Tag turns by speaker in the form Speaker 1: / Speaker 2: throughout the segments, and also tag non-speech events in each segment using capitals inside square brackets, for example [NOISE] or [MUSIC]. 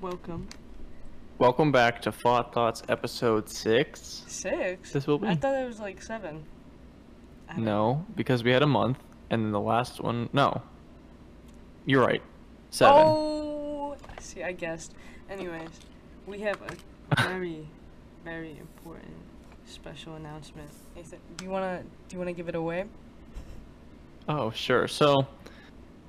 Speaker 1: Welcome.
Speaker 2: Welcome back to Thought Thoughts episode 6.
Speaker 1: Six?
Speaker 2: This will
Speaker 1: I
Speaker 2: be-
Speaker 1: thought it was like seven. I don't-
Speaker 2: No, because we had a month, and then the last one. No. You're right. 7.
Speaker 1: Oh, see, I guessed. Anyways, we have a very,
Speaker 2: [LAUGHS]
Speaker 1: very important special announcement. Nathan, do you wanna do you wanna give it away?
Speaker 2: Oh, sure. So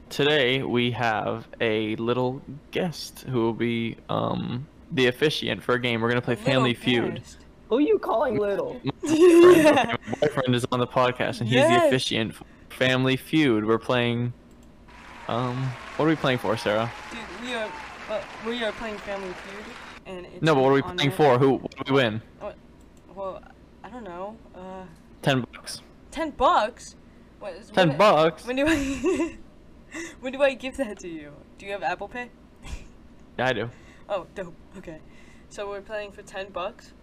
Speaker 2: today we have a little guest who will be um, the officiant for a game. We're going to play Family Feud.
Speaker 1: Guest.
Speaker 3: Who you
Speaker 2: [LAUGHS]
Speaker 3: calling little?
Speaker 1: [LAUGHS] yeah.
Speaker 2: My boyfriend is on the podcast, and he's
Speaker 1: Yes.
Speaker 2: the officiant for Family Feud. We're playing. Um, what are we playing for, Sarah?
Speaker 1: Dude, we are uh, we are playing Family Feud, and it's
Speaker 2: No, but what are we
Speaker 1: on
Speaker 2: playing
Speaker 1: our-
Speaker 2: for? Who? What do we win?
Speaker 1: Well, I don't know. Uh,
Speaker 2: Ten bucks.
Speaker 1: ten bucks. What is
Speaker 2: Ten
Speaker 1: when-
Speaker 2: bucks.
Speaker 1: When do I? [LAUGHS] when do I give that to you? Do you have Apple Pay? [LAUGHS]
Speaker 2: Yeah, I do.
Speaker 1: Oh, dope. Okay. So we're playing for 10 bucks.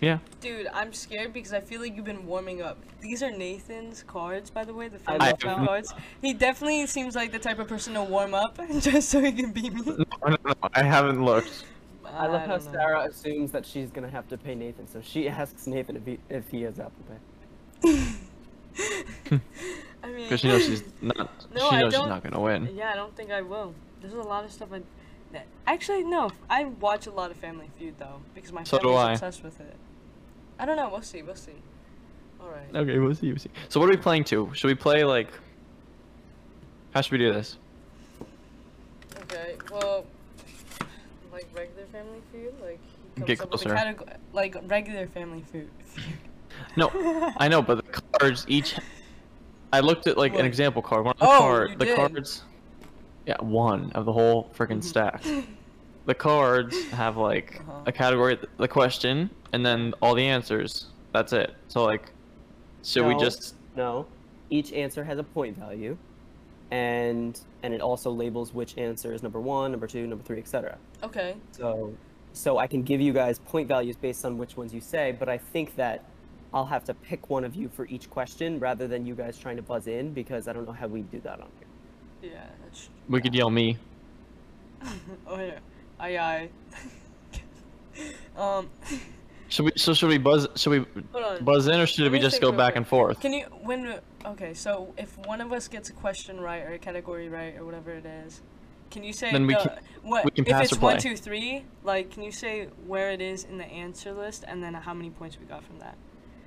Speaker 2: Yeah.
Speaker 1: Dude, I'm scared because I feel like you've been warming up. These are Nathan's cards, by the way, the
Speaker 3: I
Speaker 1: family
Speaker 2: love
Speaker 1: feud
Speaker 2: them.
Speaker 1: cards. He definitely seems like the type of person to warm up [LAUGHS] just so he can beat me.
Speaker 2: No, no, no, I haven't looked.
Speaker 3: I love how
Speaker 1: don't know.
Speaker 3: Sarah assumes that she's gonna have to pay Nathan, so she [LAUGHS] asks Nathan if he, if he has Apple Pay.
Speaker 1: [LAUGHS] I mean,
Speaker 2: Because she knows she's not.
Speaker 1: [LAUGHS] No,
Speaker 2: she
Speaker 1: I
Speaker 2: knows she's
Speaker 1: don't-
Speaker 2: not gonna win.
Speaker 1: yeah, I don't think I will. There's a lot of stuff I. that- Actually, no. I watch a lot of Family Feud though because my
Speaker 2: So do I.
Speaker 1: family's obsessed with it. I don't know. We'll see. We'll see. All right.
Speaker 2: Okay, we'll see. We'll see. So what are we playing to? Should we play like? How should we do this?
Speaker 1: Okay, well, like regular family food, like he comes
Speaker 2: Get
Speaker 1: up with a
Speaker 2: closer.
Speaker 1: categ- like regular family food. [LAUGHS]
Speaker 2: No, I know, but the cards each. I looked at like
Speaker 1: What?
Speaker 2: an example card. One of the
Speaker 1: Oh,
Speaker 2: card,
Speaker 1: you
Speaker 2: the
Speaker 1: did. Mm-hmm.
Speaker 2: cards. Yeah, one of the whole freaking stack. the cards have like
Speaker 1: Uh-huh.
Speaker 2: a category, th- the question, and then all the answers. That's it. So like, should we
Speaker 3: No,
Speaker 2: just?
Speaker 3: No. Each answer has a point value, and and it also labels which answer is number one, number two, number three, etc.
Speaker 1: [LAUGHS] okay,
Speaker 3: So so I can give you guys point values based on which ones you say, but I think that I'll have to pick one of you for each question rather than you guys trying to buzz in because I don't know how we do that on here.
Speaker 1: yeah, that's.
Speaker 2: We could yell me.
Speaker 1: [LAUGHS] Oh yeah, aye aye. [LAUGHS] um,
Speaker 2: Should we? So should we buzz? Should we
Speaker 1: hold on.
Speaker 2: buzz in, or should
Speaker 1: Let
Speaker 2: we
Speaker 1: me
Speaker 2: just
Speaker 1: think
Speaker 2: go
Speaker 1: real
Speaker 2: back
Speaker 1: quick.
Speaker 2: and forth?
Speaker 1: Can you when? Okay, so if one of us gets a question right or a category right or whatever it is, can you say
Speaker 2: Then we
Speaker 1: the-
Speaker 2: can-
Speaker 1: what
Speaker 2: we can
Speaker 1: if
Speaker 2: pass
Speaker 1: it's
Speaker 2: or
Speaker 1: one,
Speaker 2: play.
Speaker 1: two, three? Like, can you say where it is in the answer list and then how many points we got from that?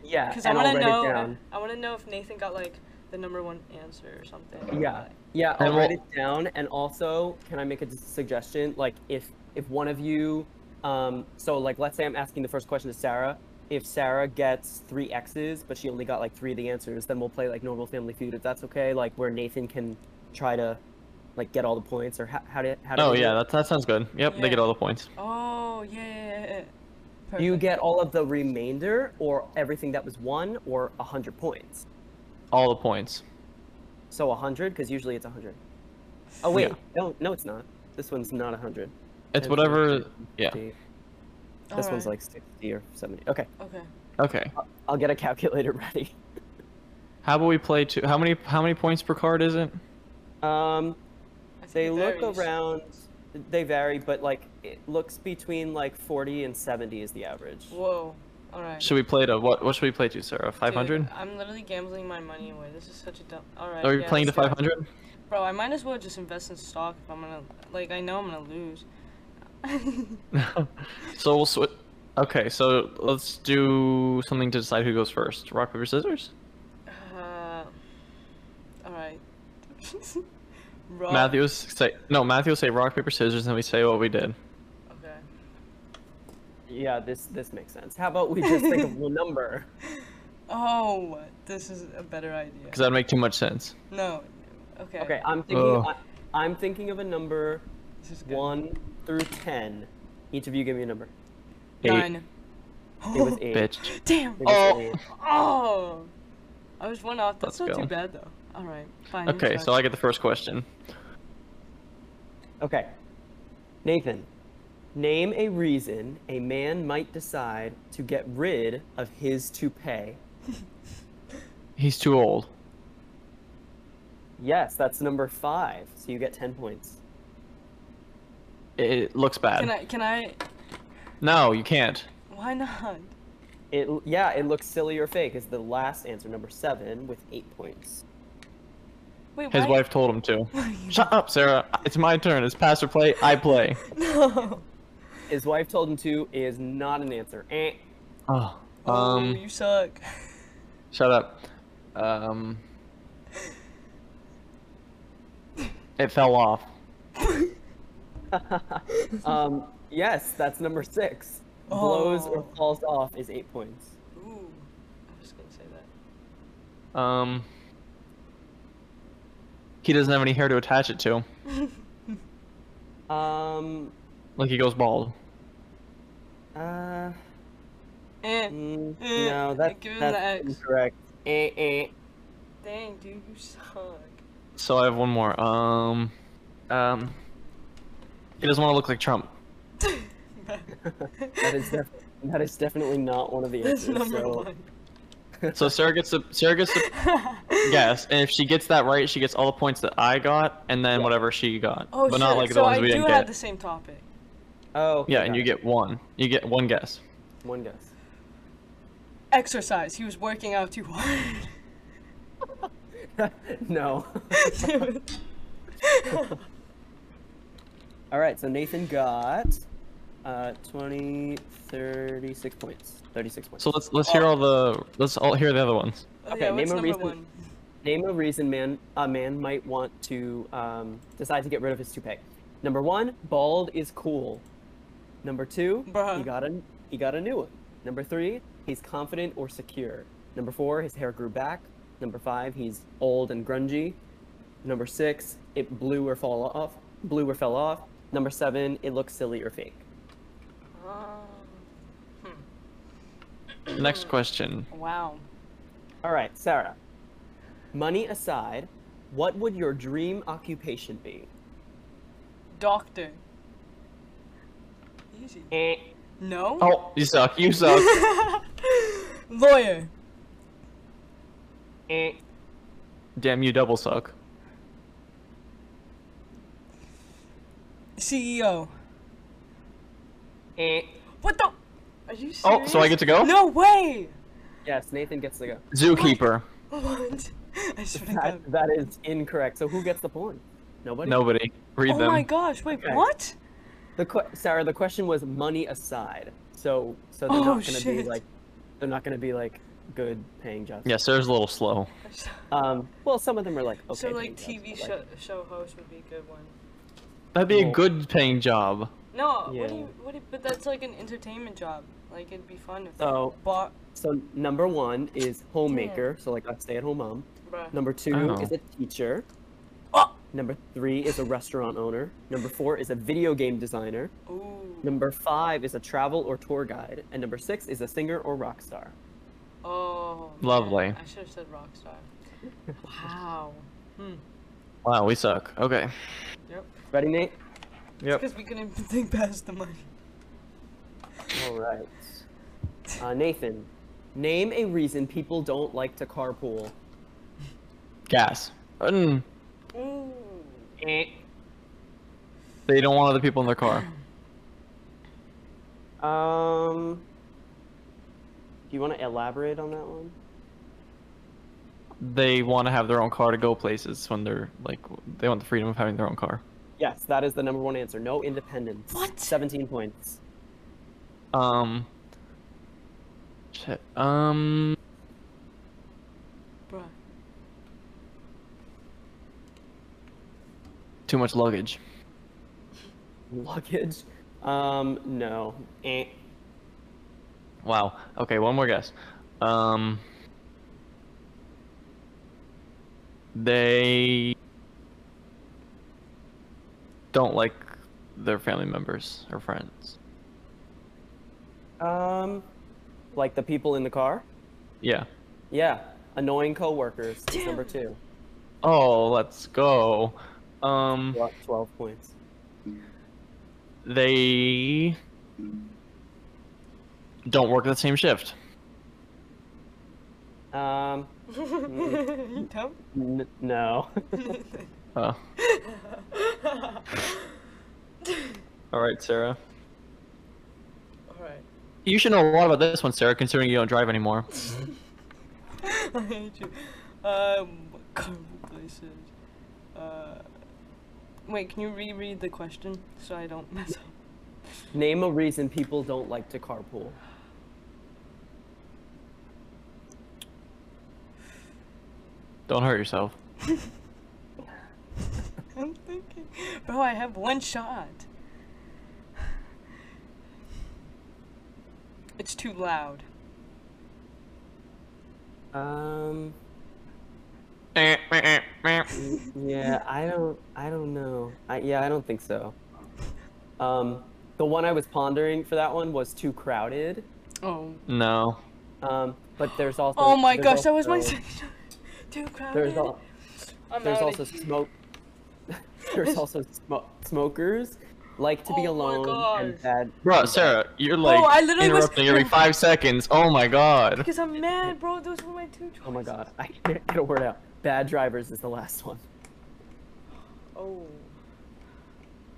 Speaker 3: Yeah,
Speaker 1: Because I
Speaker 3: and
Speaker 1: want
Speaker 3: I'll
Speaker 1: to
Speaker 3: write
Speaker 1: know.
Speaker 3: it down.
Speaker 1: I want to know if Nathan got like the number one answer or something.
Speaker 3: Yeah, yeah.
Speaker 2: And
Speaker 3: I'll write
Speaker 2: we'll-
Speaker 3: it down. And also, can I make a suggestion? Like, if if one of you, um, so like, let's say I'm asking the first question to Sarah. If Sarah gets three X's, but she only got like three of the answers, then we'll play like normal Family Feud, if that's okay. Like, where Nathan can try to, like, get all the points, or how, how to how to.
Speaker 2: Oh yeah, that, that sounds good. Yep,
Speaker 1: Yeah.
Speaker 2: they get all the points.
Speaker 1: Oh yeah. yeah, yeah, yeah.
Speaker 3: you
Speaker 1: Perfect.
Speaker 3: get all of the remainder, or everything that was won, or hundred points.
Speaker 2: All the points.
Speaker 3: So hundred, because usually it's hundred. Oh wait,
Speaker 2: Yeah.
Speaker 3: no, no, it's not. This one's not hundred.
Speaker 2: It's
Speaker 3: That's
Speaker 2: whatever.
Speaker 3: okay.
Speaker 2: Yeah.
Speaker 3: This one's
Speaker 1: Alright,
Speaker 3: like 60 or 70. Okay,
Speaker 1: Okay.
Speaker 2: Okay.
Speaker 3: I'll get a calculator [LAUGHS] ready.
Speaker 2: How about we play two? How many? How many points per card is it?
Speaker 1: I
Speaker 3: Um,
Speaker 1: think
Speaker 3: they
Speaker 1: it
Speaker 3: look
Speaker 1: varies.
Speaker 3: around, they vary, but like it looks between like 40 and 70 is the average.
Speaker 1: Whoa. All right.
Speaker 2: Should we play to what? What should we play to, Sarah? Five hundred?
Speaker 1: I'm literally gambling my money away. This is such a dumb. All right.
Speaker 2: Are we
Speaker 1: yeah,
Speaker 2: playing to
Speaker 1: let's
Speaker 2: five
Speaker 1: do it.
Speaker 2: hundred?
Speaker 1: Bro, I might as well just invest in stock if I'm gonna. Like, I know I'm gonna lose. [LAUGHS]
Speaker 2: [LAUGHS] so we'll switch. Okay, so let's do something to decide who goes first. Rock paper scissors.
Speaker 1: uh. All [LAUGHS] right. Rock.
Speaker 2: Matthew say no. Matthew will say rock paper scissors, and we say what we did.
Speaker 1: Okay.
Speaker 3: Yeah, this this makes sense. How about we just think
Speaker 1: [LAUGHS]
Speaker 3: of a number?
Speaker 1: Oh, this is a better idea.
Speaker 2: Because that'd make too much sense.
Speaker 1: No. Okay.
Speaker 3: Okay, I'm thinking
Speaker 2: Ugh.
Speaker 3: I, am thinking of a number
Speaker 1: This is good.
Speaker 3: 1 through 10. Each of you give me a number.
Speaker 2: Eight,
Speaker 1: Nine.
Speaker 3: It
Speaker 1: [LAUGHS]
Speaker 3: was 8.
Speaker 2: bitch.
Speaker 1: Damn.
Speaker 3: It was
Speaker 2: Oh.
Speaker 3: eight.
Speaker 1: Oh. I was one off. That's
Speaker 2: Let's
Speaker 1: not
Speaker 2: go.
Speaker 1: too bad though. All right. Fine. you're
Speaker 2: Okay,
Speaker 1: fine.
Speaker 2: so I get the first question.
Speaker 3: Okay. Nathan, name a reason a man might decide to get rid of his toupee.
Speaker 2: He's too old.
Speaker 3: Yes, that's number five. So you get 10 points.
Speaker 2: it looks bad.
Speaker 1: Can I? Can I?
Speaker 2: No, you can't.
Speaker 1: Why not?
Speaker 3: It yeah, it looks silly or fake is the last answer, number seven, with eight points.
Speaker 1: Wait,
Speaker 2: His
Speaker 1: why?
Speaker 2: wife told him to.
Speaker 1: Oh, You-
Speaker 2: Shut up, Sarah. It's my turn. It's pass or play.
Speaker 1: [LAUGHS]
Speaker 2: I play.
Speaker 1: [LAUGHS] No.
Speaker 3: His wife told him to is not an answer. Eh. [LAUGHS]
Speaker 2: Oh,
Speaker 1: oh,
Speaker 2: um,
Speaker 1: you suck. [LAUGHS]
Speaker 2: shut up. Um, it fell off.
Speaker 3: um, yes, that's number six. Blows or
Speaker 1: Oh.
Speaker 3: falls off is eight points.
Speaker 1: Ooh, I was gonna say that.
Speaker 2: Um, he doesn't have any hair to attach it to.
Speaker 3: Um,
Speaker 2: Like he goes bald.
Speaker 3: uh,
Speaker 1: [LAUGHS] Eh,
Speaker 3: mm,
Speaker 1: Eh,
Speaker 3: no, that,
Speaker 1: give him the
Speaker 3: that's
Speaker 1: X.
Speaker 3: incorrect. Eh,
Speaker 1: [LAUGHS]
Speaker 3: eh.
Speaker 1: dang, dude, you suck.
Speaker 2: So I have one more. Um, um, he doesn't want to look like Trump.
Speaker 3: That is, def- that is definitely not one of the
Speaker 1: [LAUGHS] That's
Speaker 3: answers.
Speaker 1: number
Speaker 3: so
Speaker 2: [LAUGHS]
Speaker 1: one.
Speaker 3: [LAUGHS]
Speaker 2: So Sarah gets the Sarah gets the guess, and if she gets that right, she gets all the points that I got, and then whatever she got,
Speaker 1: [LAUGHS] Oh,
Speaker 2: but not
Speaker 1: shit,
Speaker 2: like
Speaker 1: so
Speaker 2: the ones
Speaker 1: I
Speaker 2: we
Speaker 1: do
Speaker 2: didn't
Speaker 1: have
Speaker 2: get.
Speaker 1: the same topic.
Speaker 3: Oh, okay,
Speaker 2: Yeah, and
Speaker 3: got
Speaker 2: you
Speaker 3: it.
Speaker 2: get one. You get one guess.
Speaker 3: one guess. [LAUGHS]
Speaker 1: Exercise. He was working out too hard. [LAUGHS]
Speaker 2: [LAUGHS]
Speaker 3: no.
Speaker 1: Dude.
Speaker 3: All right, so Nathan got uh, 20, 36 points. 36 points.
Speaker 2: So let's let's hear all the let's all hear the other ones.
Speaker 1: Oh,
Speaker 3: Okay,
Speaker 1: yeah,
Speaker 3: name
Speaker 1: what's
Speaker 3: a
Speaker 1: number
Speaker 3: reason-
Speaker 1: one?
Speaker 3: Name a reason man a man might want to um, decide to get rid of his toupee. Number one, bald is cool. Number 2
Speaker 1: Bruh.
Speaker 3: he got a he got a new one. Number three, he's confident or secure. Number four, his hair grew back. Number five, he's old and grungy. Number six, it blew or fall off. Blew or fell off. Number seven, it looks silly or fake.
Speaker 1: Oh,
Speaker 2: Next question.
Speaker 1: wow.
Speaker 3: All right, Sarah. Money aside, what would your dream occupation be?
Speaker 1: Doctor. Easy.
Speaker 3: Eh.
Speaker 1: No?
Speaker 2: Oh, you suck. You
Speaker 1: [LAUGHS]
Speaker 2: suck.
Speaker 3: Oh.
Speaker 1: Lawyer.
Speaker 3: Eh.
Speaker 2: Damn, you double suck.
Speaker 1: CEO.
Speaker 3: Eh.
Speaker 1: E What the? Are you serious?
Speaker 2: Oh, so I get to go?
Speaker 1: No way!
Speaker 3: Yes, Nathan gets to go.
Speaker 2: Zookeeper.
Speaker 1: What? [LAUGHS] I swear to
Speaker 3: [LAUGHS] That,
Speaker 1: God.
Speaker 3: that is incorrect. So who gets the point? Nobody.
Speaker 2: Nobody. Read
Speaker 1: Oh
Speaker 2: them.
Speaker 1: my gosh, wait,
Speaker 3: Okay.
Speaker 1: what?
Speaker 3: The que- Sarah, the question was money aside. So so they're
Speaker 1: Oh,
Speaker 3: not gonna be
Speaker 1: shit.
Speaker 3: like they're not gonna be like good paying jobs.
Speaker 2: Yeah, Sarah's a little slow.
Speaker 3: Um. Well, some of them are like okay.
Speaker 1: so, like,
Speaker 3: paying jobs,
Speaker 1: TV
Speaker 3: but,
Speaker 1: show, show host would be a good one.
Speaker 2: That'd be a
Speaker 3: Well-
Speaker 2: good paying job.
Speaker 1: No, what do
Speaker 3: Yeah.
Speaker 1: you, what do you, but that's like an entertainment job. Like, it'd be fun if
Speaker 3: So-
Speaker 1: Bar,
Speaker 3: So number one is homemaker. So like a stay-at-home mom.
Speaker 1: bruh.
Speaker 3: Number two
Speaker 2: Oh.
Speaker 3: is a teacher.
Speaker 1: Oh!
Speaker 3: Number three is a restaurant owner. Number four is a video game designer.
Speaker 1: Ooh.
Speaker 3: Number five is a travel or tour guide. And number six is a singer or rock star.
Speaker 1: Oh. man,
Speaker 2: Lovely.
Speaker 1: I should have said Rockstar. Wow. Hmm.
Speaker 2: Wow, we suck. Okay.
Speaker 1: Yep.
Speaker 3: Ready, Nate?
Speaker 2: Yep.
Speaker 1: Because we couldn't think past the money.
Speaker 3: All right. Uh, Nathan, name a reason people don't like to carpool.
Speaker 2: Gas. Mm,
Speaker 1: Ooh.
Speaker 2: they don't want other people in
Speaker 1: [LAUGHS]
Speaker 2: their car.
Speaker 3: Um, do you want to elaborate on that one?
Speaker 2: They want to have their own car to go places when they're like they want the freedom of having their own car.
Speaker 3: Yes, that is the number one answer. No independence.
Speaker 1: What?
Speaker 3: 17 points.
Speaker 2: Um. shit, Um.
Speaker 1: Bruh.
Speaker 2: Too much luggage.
Speaker 3: Luggage? Um, no. Eh.
Speaker 2: Wow. Okay, one more guess. Um. They don't like their family members or friends.
Speaker 3: Um, like the people in the car?
Speaker 2: Yeah.
Speaker 3: Yeah. Annoying coworkers. That's
Speaker 1: Damn.
Speaker 3: Number two.
Speaker 2: Oh, let's go. Um.
Speaker 3: Well, 12 points.
Speaker 2: they don't work the same shift.
Speaker 3: Um,
Speaker 1: [LAUGHS] you don't?
Speaker 3: n- no.
Speaker 2: Oh. All right, Sarah.
Speaker 1: Alright.
Speaker 2: You should know a lot about this one, Sarah, considering you don't drive anymore.
Speaker 1: [LAUGHS] I hate you. Um, what carnival places? Uh, wait, can you reread the question so I don't mess up?
Speaker 3: [LAUGHS]
Speaker 1: [LAUGHS]
Speaker 3: Name a reason people don't like to carpool.
Speaker 2: Don't hurt yourself.
Speaker 1: I'm thinking, bro. I have one shot. It's too loud.
Speaker 3: Um.
Speaker 2: All
Speaker 1: Mm.
Speaker 3: Yeah, I don't. I don't know. I, yeah, I don't think so. Um, the one I was pondering for that one was too crowded.
Speaker 1: Oh.
Speaker 2: No.
Speaker 3: Um, but there's also.
Speaker 1: Oh my
Speaker 3: there's
Speaker 1: gosh, that was my
Speaker 3: also-
Speaker 1: second shot. [LAUGHS] Too crowded.
Speaker 3: There's al-
Speaker 1: I'm
Speaker 3: there's
Speaker 1: outta
Speaker 3: also
Speaker 1: here.
Speaker 3: smoke. [LAUGHS]
Speaker 1: [LAUGHS]
Speaker 3: there's also smo- smokers like to be
Speaker 1: Oh my
Speaker 3: alone and
Speaker 1: gosh.
Speaker 3: bad.
Speaker 2: Bro, Sarah, you're like
Speaker 1: Oh, I literally was-
Speaker 2: interrupting every five seconds. Oh my god.
Speaker 1: Because I'm mad, bro. Those were my two choices.
Speaker 3: Oh my god, I can't get a word out. Bad drivers is the last one.
Speaker 1: Oh.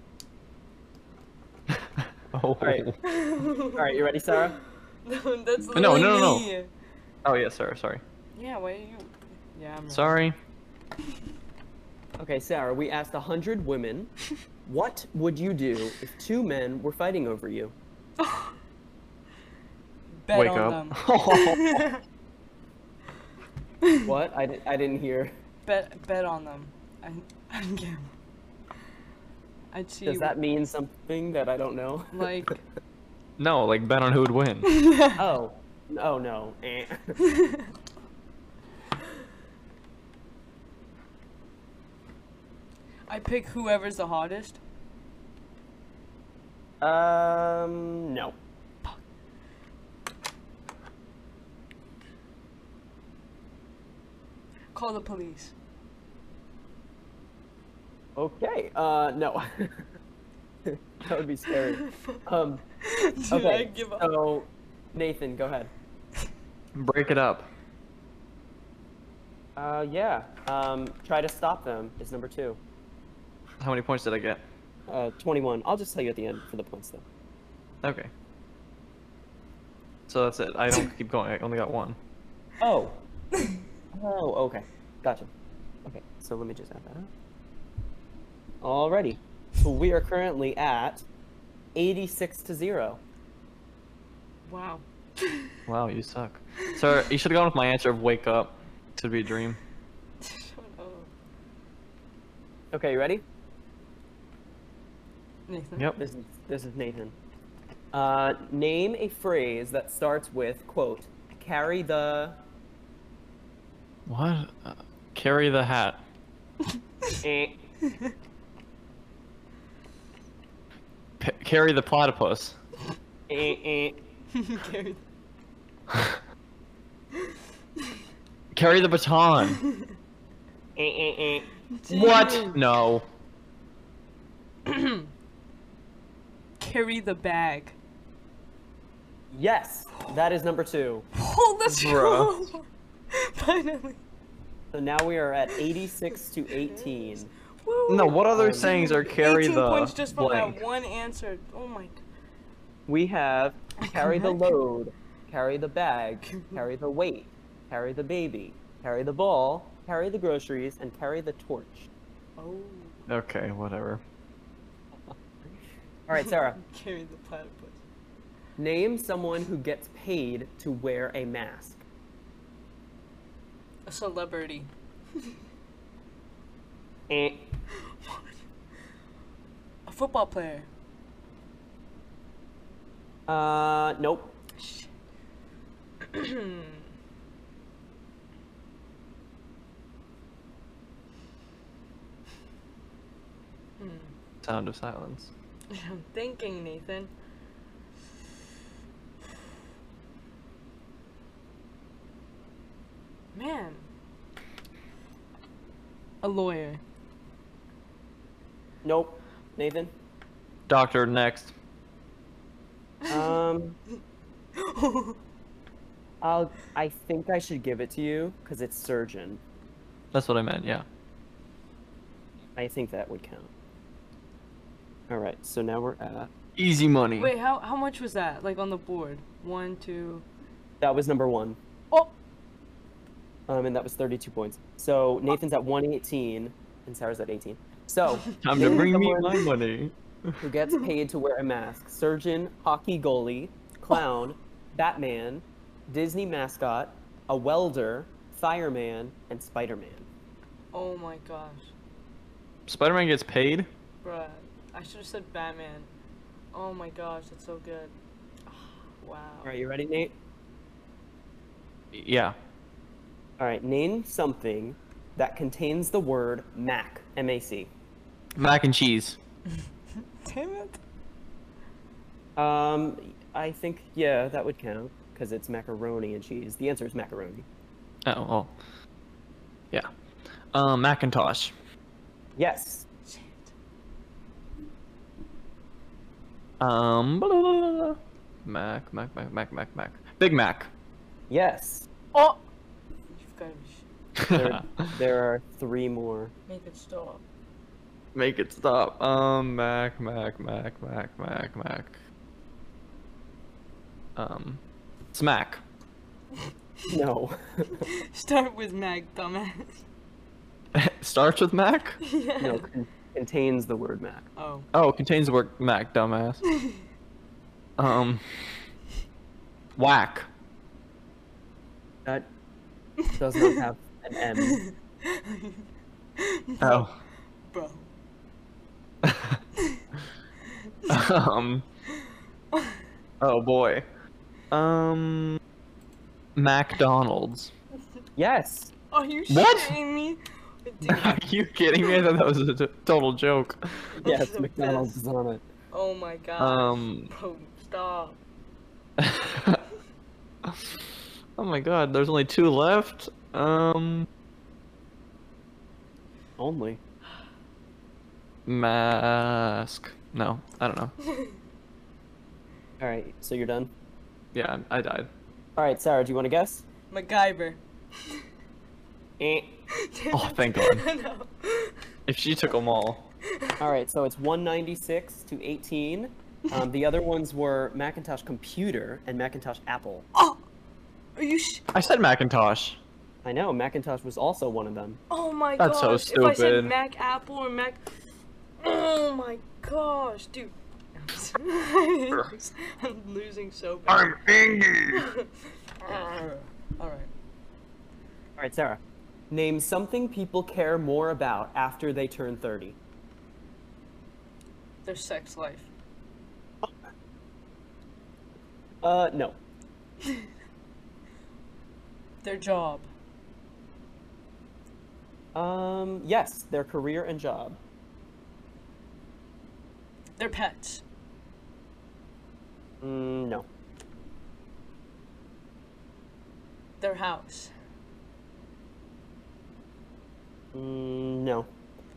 Speaker 1: [LAUGHS]
Speaker 2: [LAUGHS] Oh.
Speaker 3: right. All right, you ready, Sarah?
Speaker 1: no, that's
Speaker 2: No,
Speaker 1: literally
Speaker 2: no, no, no.
Speaker 1: me.
Speaker 2: Oh yeah, Sarah. Sorry.
Speaker 1: Yeah, why are you? Yeah, I'm.
Speaker 2: Sorry.
Speaker 3: Okay, Sarah, we asked
Speaker 1: [LAUGHS]
Speaker 3: 100 women, what would you do if two men were fighting over you?
Speaker 1: Bet
Speaker 2: Wake
Speaker 1: on
Speaker 2: up.
Speaker 3: [LAUGHS]
Speaker 1: them.
Speaker 3: What? I, di- I didn't hear.
Speaker 1: bet bet on them. I [LAUGHS] I don't care. I'd see
Speaker 3: Does that mean something that I
Speaker 1: [LAUGHS]
Speaker 3: don't know?
Speaker 1: like
Speaker 2: [LAUGHS] no, like bet on who would win.
Speaker 1: [LAUGHS]
Speaker 3: Oh. Oh no. Eh.
Speaker 1: I pick whoever's the hottest.
Speaker 3: um, no.
Speaker 1: Call the police. [LAUGHS]
Speaker 3: Okay. Uh, no. [LAUGHS] that would be scary. Um,
Speaker 1: Dude, I
Speaker 3: okay.
Speaker 1: give up.
Speaker 3: So, Nathan, go ahead.
Speaker 2: Break it up.
Speaker 3: Uh, yeah. Um, try to stop them is number two.
Speaker 2: How many points did I get?
Speaker 3: Uh, 21. I'll just tell you at the end for the points, though.
Speaker 2: Okay. So that's it. I [LAUGHS] don't keep going. I only got one.
Speaker 3: Oh. oh, okay. Gotcha. Okay, so let me just add that up. Alrighty. So we are currently at 86 to 0.
Speaker 1: wow. [LAUGHS]
Speaker 2: Wow, you suck. Sarah, you should have gone with my answer of wake up. To be a dream.
Speaker 1: Shut up.
Speaker 3: Okay, you ready?
Speaker 1: Nathan. [LAUGHS]
Speaker 2: Yep.
Speaker 3: This is, this is Nathan. Uh, name a phrase that starts with, quote, carry the
Speaker 2: What? Uh, carry the hat.
Speaker 3: eh.
Speaker 2: P- carry the platypus.
Speaker 3: eh, eh.
Speaker 1: Gary.
Speaker 2: Carry the baton.
Speaker 3: eh, eh, eh.
Speaker 2: what? No.
Speaker 1: Carry the bag.
Speaker 3: Yes, that is number two.
Speaker 1: Oh, that's
Speaker 2: Bruh.
Speaker 1: true. [LAUGHS] Finally.
Speaker 3: So now we are at 86 to 18.
Speaker 1: Woo.
Speaker 2: No. What other sayings are carry
Speaker 1: 18
Speaker 2: the
Speaker 1: points just from
Speaker 2: blank?
Speaker 1: that one answer. Oh my.
Speaker 3: We have carry the
Speaker 1: Correct.
Speaker 3: load, carry the bag, carry the weight, carry the baby, carry the ball, carry the groceries, and carry the torch.
Speaker 1: Oh.
Speaker 2: Okay, whatever.
Speaker 3: All right, Sarah,
Speaker 1: Carry the platypus.
Speaker 3: name someone who gets paid to wear a mask.
Speaker 1: A celebrity.
Speaker 3: Eh.
Speaker 1: A football player.
Speaker 3: Uh, nope.
Speaker 1: Shit.
Speaker 2: Sound of silence.
Speaker 1: I'm thinking, Nathan. Man. A lawyer. [LAUGHS]
Speaker 3: Nope. Nathan?
Speaker 2: Doctor next.
Speaker 3: Um, I'll, I think I should give it to you because it's surgeon.
Speaker 2: That's what I meant. Yeah.
Speaker 3: I think that would count. All right, so now we're at
Speaker 2: Easy money.
Speaker 1: Wait, how how much was that? Like on the board? One, two.
Speaker 3: that was number one,
Speaker 1: Oh,
Speaker 3: um, and that was 32 points. So Nathan's at 118, and Sarah's at 18. So
Speaker 2: Time to
Speaker 3: Nathan's
Speaker 2: bring
Speaker 3: the
Speaker 2: me
Speaker 3: one
Speaker 2: my money.
Speaker 3: Who gets paid to wear a mask? Surgeon, hockey goalie, clown, Batman, Disney mascot, a welder, fireman, and Spider-Man.
Speaker 1: oh my gosh,
Speaker 2: Spider Man gets paid?
Speaker 1: bruh! I should have said Batman. Oh my gosh, that's so good. [SIGHS] Wow.
Speaker 3: All right, you ready, Nate?
Speaker 2: Yeah.
Speaker 3: All right, name something that contains the word Mac. M A C.
Speaker 2: Mac and cheese.
Speaker 1: Damn it.
Speaker 3: Um, I think yeah, that would count because it's macaroni and cheese. The answer is macaroni.
Speaker 2: Oh, oh. Yeah. Um, Macintosh.
Speaker 3: Yes.
Speaker 1: Shit.
Speaker 2: Um, blah, blah, blah, blah, blah. Mac, Mac, Mac, Mac, Mac, Mac. Big Mac.
Speaker 3: Yes.
Speaker 1: Oh. You've got to
Speaker 2: [LAUGHS]
Speaker 3: There, there are three more.
Speaker 1: make it stop.
Speaker 2: Make it stop. Um, Mac, Mac, Mac, Mac, Mac, Mac. Um, smack. [LAUGHS]
Speaker 3: No.
Speaker 1: [LAUGHS] Start with Mag, dumbass. [LAUGHS]
Speaker 2: Starts with Mac? [LAUGHS]
Speaker 1: yeah.
Speaker 3: [LAUGHS] [LAUGHS] no. con- contains the word Mac.
Speaker 1: Oh.
Speaker 2: Oh, contains the word Mac, dumbass. Um, [LAUGHS] whack.
Speaker 3: That does not have an M.
Speaker 2: Oh. [LAUGHS]
Speaker 1: Bro. [LAUGHS]
Speaker 2: um, oh boy. Um, McDonald's. [LAUGHS]
Speaker 3: Yes.
Speaker 1: Are you
Speaker 2: What?
Speaker 1: shitting me?
Speaker 2: Are
Speaker 1: Dude,
Speaker 2: you kidding me? I thought that was a t- total joke.
Speaker 1: is
Speaker 3: Yes.
Speaker 1: the
Speaker 3: McDonald's
Speaker 1: best.
Speaker 3: is on it.
Speaker 1: oh my gosh.
Speaker 2: Um. [LAUGHS]
Speaker 1: Bro, stop.
Speaker 2: oh my god, there's only two left. Um,
Speaker 3: Only.
Speaker 2: mask. No, I don't know.
Speaker 3: All right. So you're done.
Speaker 2: Yeah, I I died.
Speaker 3: All right, Sarah. Do you want to guess?
Speaker 1: MacGyver.
Speaker 3: Eh.
Speaker 2: Oh, thank God.
Speaker 1: [LAUGHS] no.
Speaker 2: If she took them all.
Speaker 3: All right, so it's 196 to 18. Um, the other ones were Macintosh Computer and Macintosh Apple.
Speaker 1: Oh, are you? Sh-
Speaker 2: I said Macintosh.
Speaker 3: I know Macintosh was also one of them.
Speaker 1: oh my
Speaker 2: That's so
Speaker 1: gosh! If I said
Speaker 2: stupid.
Speaker 1: Mac Apple or Mac, oh my gosh, dude. [LAUGHS] I'm losing so bad. [LAUGHS] All right.
Speaker 3: All right, Sarah, name something people care more about after they turn 30.
Speaker 1: Their sex life.
Speaker 3: Uh, no.
Speaker 1: Their job.
Speaker 3: Um, yes, their career and job.
Speaker 1: Their pets.
Speaker 3: Mm, no.
Speaker 1: Their house.
Speaker 3: Mm, no. All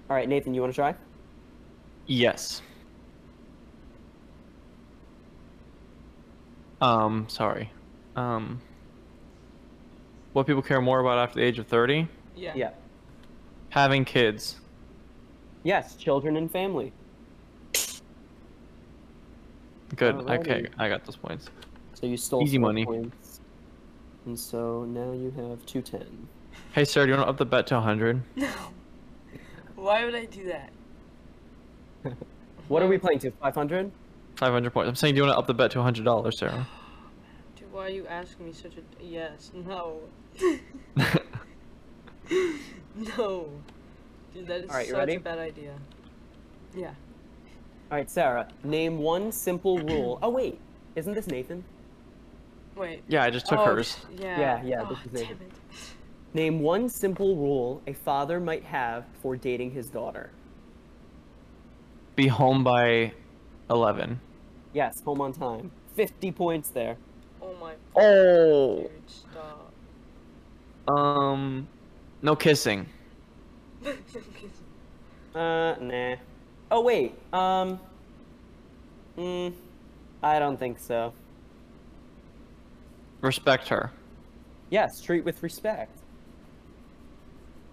Speaker 3: right, Nathan, you want to try?
Speaker 2: Yes. Um, sorry. Um, what people care more about after the age of 30?
Speaker 1: Yeah.
Speaker 3: Yeah.
Speaker 2: Having kids.
Speaker 3: Yes, children and family.
Speaker 2: Good. Okay,
Speaker 3: Alrighty.
Speaker 2: I got those points.
Speaker 3: So you stole
Speaker 2: Easy
Speaker 3: four
Speaker 2: money.
Speaker 3: points. And so now you have 210.
Speaker 2: Hey, Sarah, do you want to up the bet to 100?
Speaker 1: No. Why would I do that?
Speaker 3: What are we playing to? 500?
Speaker 2: 500 points. I'm saying, do you want to up the bet to $100, Sarah? [LAUGHS]
Speaker 1: Dude, why are you asking me such a yes?
Speaker 3: [LAUGHS]
Speaker 1: No. no. Dude, that is
Speaker 3: Alright, you
Speaker 1: such
Speaker 3: ready?
Speaker 1: a bad idea. Yeah.
Speaker 3: All right, Sarah, name one simple rule. Oh, wait, isn't this Nathan?
Speaker 1: Wait.
Speaker 2: yeah, I just took
Speaker 1: Oh,
Speaker 2: hers.
Speaker 1: sh- Yeah.
Speaker 3: Yeah, yeah,
Speaker 1: Oh,
Speaker 3: this is
Speaker 1: damn
Speaker 3: it.
Speaker 1: it.
Speaker 3: Name one simple rule a father might have for dating his daughter.
Speaker 2: Be home by 11.
Speaker 3: Yes, home on time. 50 points there.
Speaker 1: Oh my
Speaker 2: Oh.
Speaker 1: dude, stop. [LAUGHS]
Speaker 2: Um, no kissing.
Speaker 3: Uh, nah. Oh, wait, um. Mm, I don't think so.
Speaker 2: Respect her.
Speaker 3: Yes, treat with respect.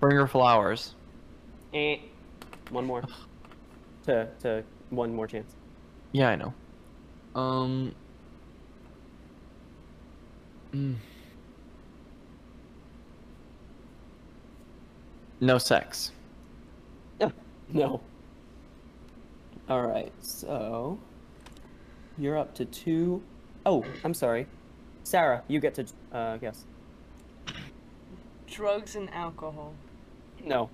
Speaker 2: Bring her flowers.
Speaker 3: Eh. One more. To, to one more chance.
Speaker 2: Yeah, I know. Um. mm. No sex.
Speaker 3: No. All right, so you're up to two oh, I'm sorry, Sarah. You get to uh, guess.
Speaker 1: Drugs and alcohol.
Speaker 3: No.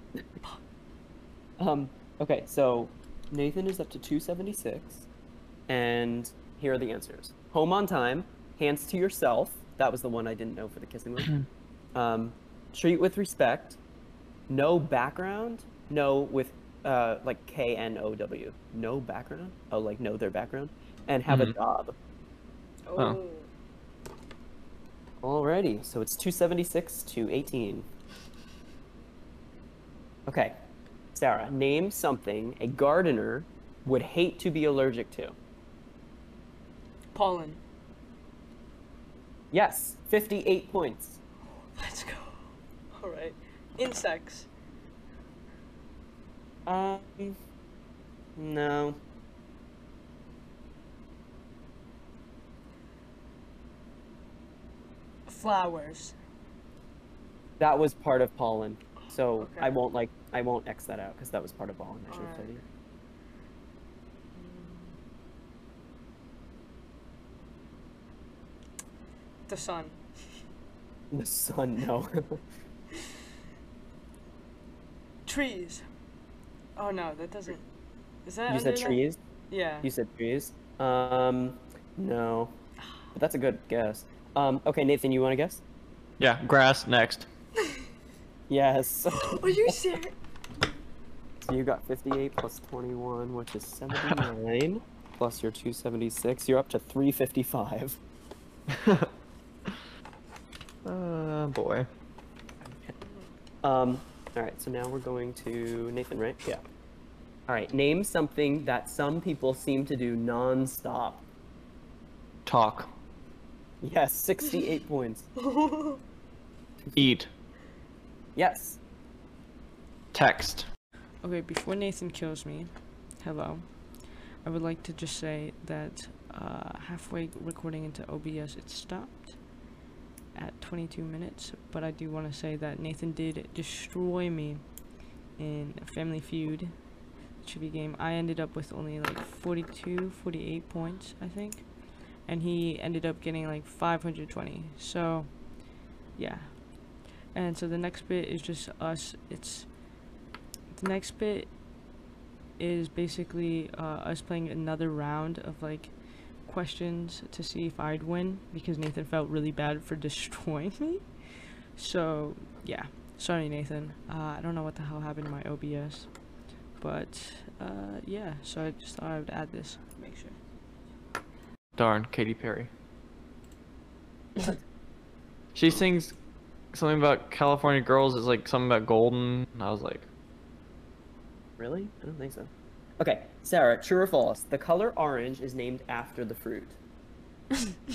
Speaker 3: um. Okay, so Nathan is up to two seventy six, and here are the answers: home on time, hands to yourself. That was the one I didn't know for the kissing one. um, treat with respect, no background, no with uh, like K N O W, no background. Oh, like no their background, and have a
Speaker 2: Mhm.
Speaker 3: job.
Speaker 1: Oh.
Speaker 3: Alrighty, so it's 276 to 18. Okay, Sarah, name something a gardener would hate to be allergic to.
Speaker 1: Pollen.
Speaker 3: Yes, 58 points.
Speaker 1: Let's go. All right. Insects.
Speaker 3: Um, no.
Speaker 1: Flowers.
Speaker 3: That was part of pollen, so
Speaker 1: Okay.
Speaker 3: I won't like I won't X that out because that was part of pollen. I should have
Speaker 1: Alright.
Speaker 3: studied.
Speaker 1: The sun.
Speaker 3: The sun, no. [LAUGHS]
Speaker 1: Trees. Oh no, that doesn't. Is that
Speaker 3: you
Speaker 1: under
Speaker 3: said
Speaker 1: that?
Speaker 3: trees.
Speaker 1: Yeah.
Speaker 3: You said trees. Um, no. But that's a good guess. Um, okay, Nathan, you want to guess?
Speaker 2: Yeah, grass next.
Speaker 3: [LAUGHS] Yes.
Speaker 1: Are you serious?
Speaker 3: So you got 58 plus 21, which is [LAUGHS] 79, plus your 276. You're up to 355.
Speaker 2: [LAUGHS] uh, boy.
Speaker 3: Um, all right, so now we're going to Nathan, right? Yeah. All right, name something that some people seem to do nonstop.
Speaker 2: Talk.
Speaker 3: Yes, [LAUGHS] 68 points.
Speaker 2: Eat.
Speaker 3: Yes.
Speaker 2: Text.
Speaker 1: Okay, before Nathan kills me, hello. I would like to just say that uh, halfway recording into OBS, it stopped at 22 minutes. But I do want to say that Nathan did destroy me in Family Feud chibi game. I ended up with only like 42, 48 points, I think, and he ended up getting like 520. So, yeah. And so the next bit is just us. It's the next bit is basically uh, us playing another round of like questions to see if I'd win because Nathan felt really bad for [LAUGHS] destroying me. So yeah, sorry Nathan. Uh, I don't know what the hell happened to my OBS, but uh, yeah. So I just thought I would add this. Make sure.
Speaker 2: Darn, Katy Perry. she sings something about California girls. It's like something about golden. I was like,
Speaker 3: Really? I don't think so. Okay, Sarah, true or false? The color orange is named after the fruit.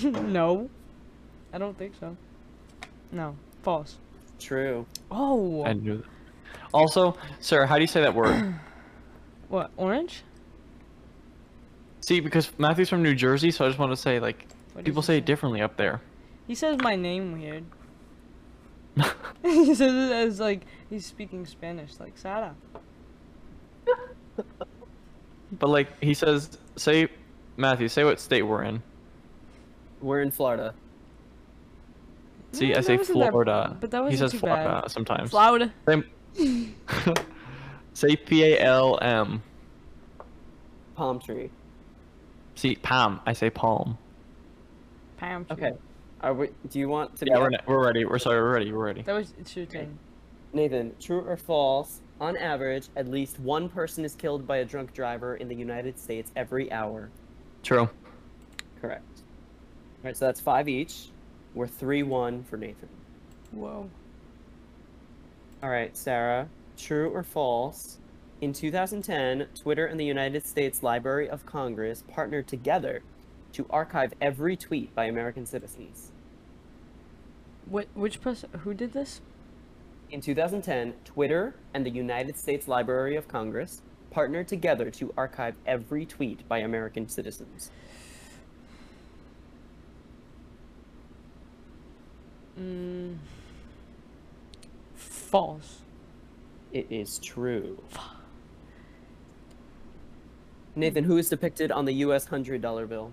Speaker 1: no, I don't think so. No, false.
Speaker 3: True.
Speaker 1: Oh,
Speaker 2: I knew that. Also, Sarah, how do you say that word?
Speaker 1: what orange?
Speaker 2: See, because Matthew's from New Jersey, so I just want to say like
Speaker 1: What does
Speaker 2: people
Speaker 1: he
Speaker 2: say
Speaker 1: say?
Speaker 2: it differently up there.
Speaker 1: He says my name [LAUGHS] weird. he says it as like he's speaking Spanish, like Sara.
Speaker 2: but like he says, say Matthew, say what state we're in.
Speaker 3: We're in Florida.
Speaker 2: See,
Speaker 1: Mm,
Speaker 2: I
Speaker 1: that
Speaker 2: say
Speaker 1: wasn't that-
Speaker 2: Florida.
Speaker 1: but that
Speaker 2: he
Speaker 1: wasn't
Speaker 2: says
Speaker 1: too bad.
Speaker 2: Florida sometimes.
Speaker 1: Florida. [LAUGHS]
Speaker 2: Same- say P A L M.
Speaker 3: Palm tree.
Speaker 2: See, palm. I say palm.
Speaker 1: Pam. tree.
Speaker 3: Okay. Are we, do you want to
Speaker 2: Yeah,
Speaker 3: be
Speaker 2: we're, ne- we're ready. We're sorry. We're ready. We're ready.
Speaker 1: That was it's your turn.
Speaker 3: Nathan, true or false? On average, at least one person is killed by a drunk driver in the United States every hour.
Speaker 2: True.
Speaker 3: Correct. All right, so that's five each. We're 3 1 for Nathan.
Speaker 1: Whoa.
Speaker 3: All right, Sarah, true or false? In 2010, Twitter and the United States Library of Congress partnered together to archive every tweet by American citizens.
Speaker 1: What? Which person? Who did this?
Speaker 3: In 2010, Twitter and the United States Library of Congress partner together to archive every tweet by American citizens.
Speaker 1: Mm. False.
Speaker 3: It is true. Nathan, who is depicted on the U.S. hundred dollar bill?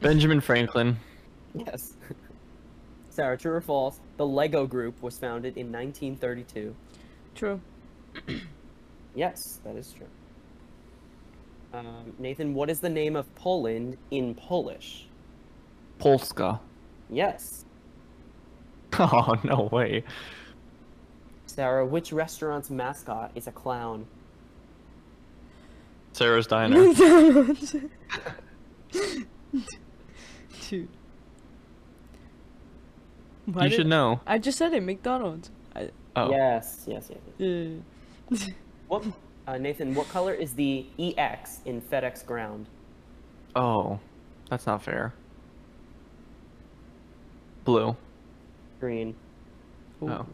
Speaker 2: Benjamin Franklin.
Speaker 3: Yes. [LAUGHS] Sarah, true or false? The Lego Group was founded in 1932.
Speaker 1: True.
Speaker 3: Yes, that is true. Um, Nathan, what is the name of Poland in Polish?
Speaker 2: Polska. [LAUGHS]
Speaker 3: Yes.
Speaker 2: Oh, no way.
Speaker 3: Sarah, which restaurant's mascot is a clown?
Speaker 1: [LAUGHS]
Speaker 2: Sarah's Diner.
Speaker 1: Dude. Why
Speaker 2: you
Speaker 1: did-
Speaker 2: should know.
Speaker 1: I just said it. McDonald's. I, uh,
Speaker 2: Oh.
Speaker 3: Yes, yes, yes. yes.
Speaker 1: yeah.
Speaker 3: What, uh, Nathan, what color is the EX in FedEx Ground?
Speaker 2: Oh, that's not fair. Blue.
Speaker 3: Green.
Speaker 2: Oh.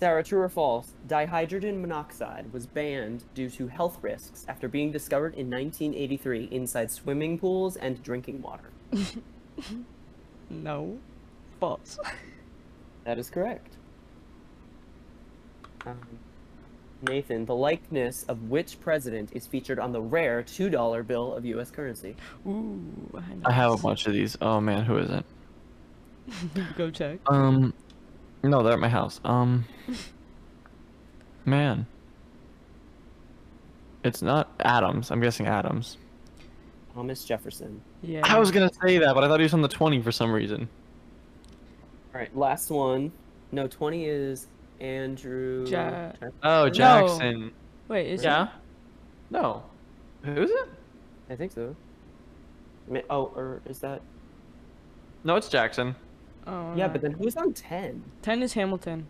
Speaker 3: Sarah, true or false? Dihydrogen monoxide was banned due to health risks after being discovered in 1983 inside swimming pools and drinking water.
Speaker 1: No. False. [LAUGHS]
Speaker 3: That is correct. Um, Nathan, the likeness of which president is featured on the rare $2 bill of U.S. currency?
Speaker 1: Ooh. I, know
Speaker 2: I have a
Speaker 1: this.
Speaker 2: bunch of these. Oh man, who is it?
Speaker 1: [LAUGHS] Go check.
Speaker 2: Um, no, they're at my house. Um, man, it's not Adams. I'm guessing Adams.
Speaker 3: Thomas Jefferson.
Speaker 1: Yeah.
Speaker 2: I was gonna say that, but I thought he was on the 20 for some reason.
Speaker 3: All right, last one. No, 20 is Andrew.
Speaker 1: Ja-
Speaker 2: Oh, Jackson.
Speaker 1: Wait. Is
Speaker 2: Yeah. No. Who is it?
Speaker 3: I think so. I mean- Oh, or is that?
Speaker 2: No, it's Jackson.
Speaker 1: It, oh,
Speaker 3: Yeah,
Speaker 1: alright.
Speaker 3: but then who's on 10?
Speaker 1: ten is Hamilton.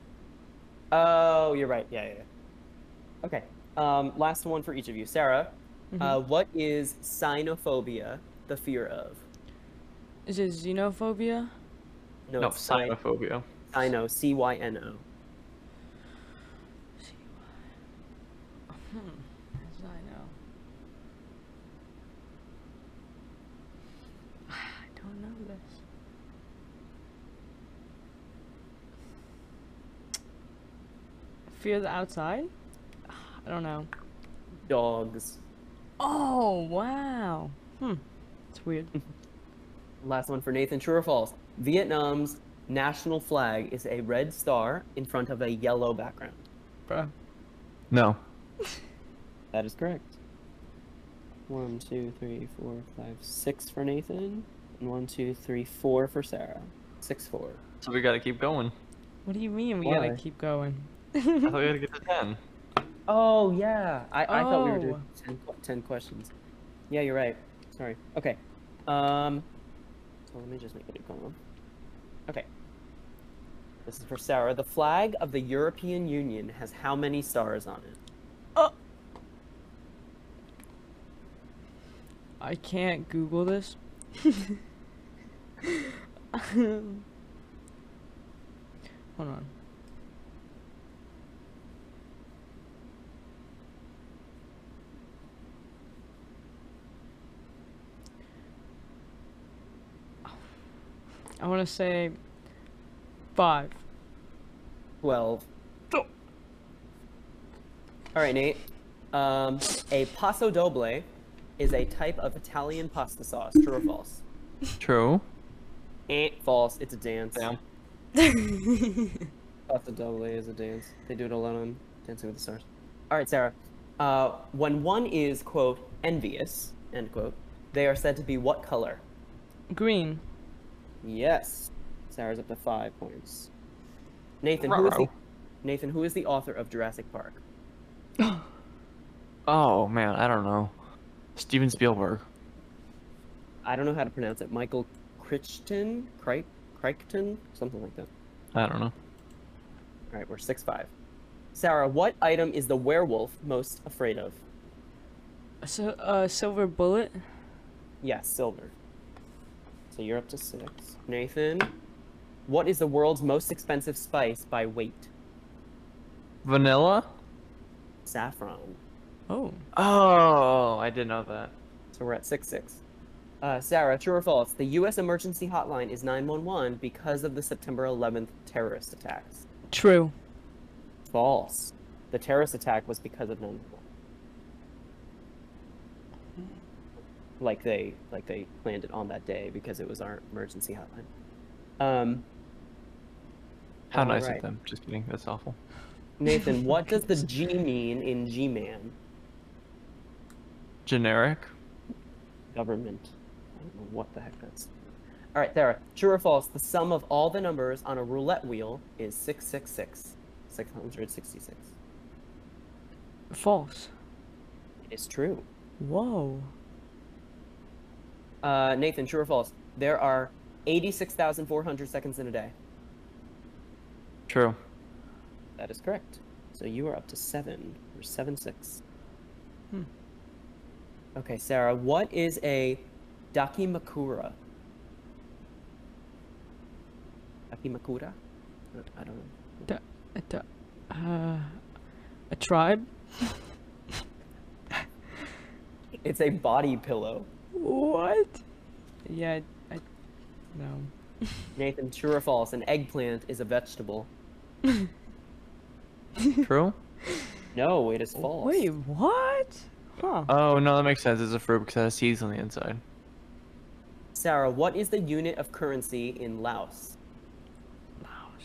Speaker 3: Oh, you're right. Yeah, yeah, yeah. Okay. Um, last one for each of you. Sarah, uh, what is xenophobia, the fear of?
Speaker 1: Is it xenophobia?
Speaker 3: No,
Speaker 2: No,
Speaker 3: it's sino,
Speaker 2: xenophobia.
Speaker 3: sino, C Y N O.
Speaker 1: Hmm, As I know. [SIGHS] I don't know this. Fear the outside? [SIGHS] I don't know.
Speaker 3: Dogs.
Speaker 1: Oh, wow. Hmm. It's weird. [LAUGHS]
Speaker 3: Last one for Nathan. True or false? Vietnam's national flag is a red star in front of a yellow background.
Speaker 1: Bruh.
Speaker 2: No.
Speaker 3: That is correct. One, two, three, four, five, six for Nathan, and one, two, three, four for Sarah. Six, four.
Speaker 2: So we gotta keep [LAUGHS] going.
Speaker 1: What do you mean we gotta
Speaker 3: Why?
Speaker 1: keep going?
Speaker 2: I thought we had to get to 10.
Speaker 3: Oh yeah, I, I thought we were doing
Speaker 1: Oh.
Speaker 3: 10, qu- 10 questions. Yeah, you're right. Sorry. Okay. Um. So let me just make a new column. Okay. This is for Sarah. The flag of the European Union has how many stars on it?
Speaker 1: Oh. I can't Google this. [LAUGHS] Um, Hold on. I want to say five.
Speaker 3: Twelve.
Speaker 1: Oh.
Speaker 3: All right, Nate. Um, a passo doble is a type of Italian pasta sauce. True or false?
Speaker 2: True.
Speaker 3: Eh, false. It's a dance.
Speaker 2: Damn.
Speaker 3: Paso Doble is a dance. They do it a lot on Dancing with the Stars. All right, Sarah. Uh, when one is quote envious end quote, they are said to be what color?
Speaker 1: Green.
Speaker 3: Yes. Sarah's up to five points. Nathan, who is the
Speaker 2: Ruh-roh.
Speaker 3: Nathan? Who is the author of Jurassic Park?
Speaker 2: Oh man, I don't know. Steven Spielberg.
Speaker 3: I don't know how to pronounce it. Michael Crichton, Cri- Crichton, something like that.
Speaker 2: I don't know.
Speaker 3: All right, we're six five. Sarah, what item is the werewolf most afraid of?
Speaker 1: So, uh, silver bullet.
Speaker 3: Yeah, silver. So you're up to six. Nathan, what is the world's most expensive spice by weight?
Speaker 2: Vanilla?
Speaker 3: Saffron.
Speaker 1: Oh,
Speaker 2: Oh, I didn't know that.
Speaker 3: So we're at 6 6. Uh, Sarah, true or false? The U.S. emergency hotline is 911 because of the September 11th terrorist attacks.
Speaker 1: true.
Speaker 3: False. The terrorist attack was because of 911. Like they like they planned it on that day because it was our emergency hotline. Um,
Speaker 2: How nice
Speaker 3: Alright.
Speaker 2: of them. Just kidding. That's awful.
Speaker 3: Nathan, what does the G mean in G-Man?
Speaker 2: Generic.
Speaker 3: government. I don't know what the heck that's. All right, Sarah. True or false? The sum of all the numbers on a roulette wheel is 666. 666.
Speaker 1: False.
Speaker 3: It is true.
Speaker 1: Whoa.
Speaker 3: Uh, Nathan, true or false? There are 86,400 seconds in a day.
Speaker 1: [LAUGHS]
Speaker 2: True.
Speaker 3: That is correct. So you are up to seven or seven six.
Speaker 1: Hmm.
Speaker 3: Okay, Sarah. What is a dakimakura? Dakimakura? I don't know.
Speaker 1: Da, a da, uh, a tribe?
Speaker 3: It's a body pillow.
Speaker 1: What? Yeah, I, I no.
Speaker 3: Nathan, true or false? An eggplant is a vegetable.
Speaker 2: True.
Speaker 3: No, it is false.
Speaker 1: Oh, Wait, what? Huh.
Speaker 2: oh no, that makes sense. It's a fruit because it has seeds on the inside.
Speaker 3: Sarah, what is the unit of currency in Laos?
Speaker 1: Laos.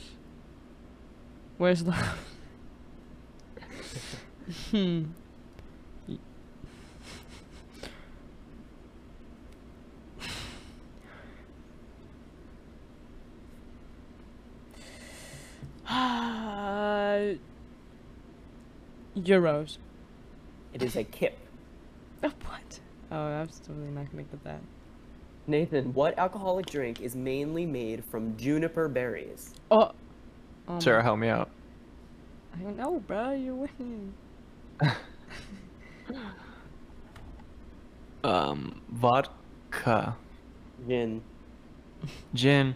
Speaker 1: Where's Laos? hmm. [SIGHS] Y- Uh, Euros.
Speaker 3: It is a kip.
Speaker 1: Oh, what? Oh, I'm totally not gonna get that.
Speaker 3: Nathan, what alcoholic drink is mainly made from juniper berries?
Speaker 1: Oh. oh my-
Speaker 2: Sarah, help me out.
Speaker 1: I don't know, bro. You're winning.
Speaker 2: Um, vodka,
Speaker 3: Gin.
Speaker 2: gin.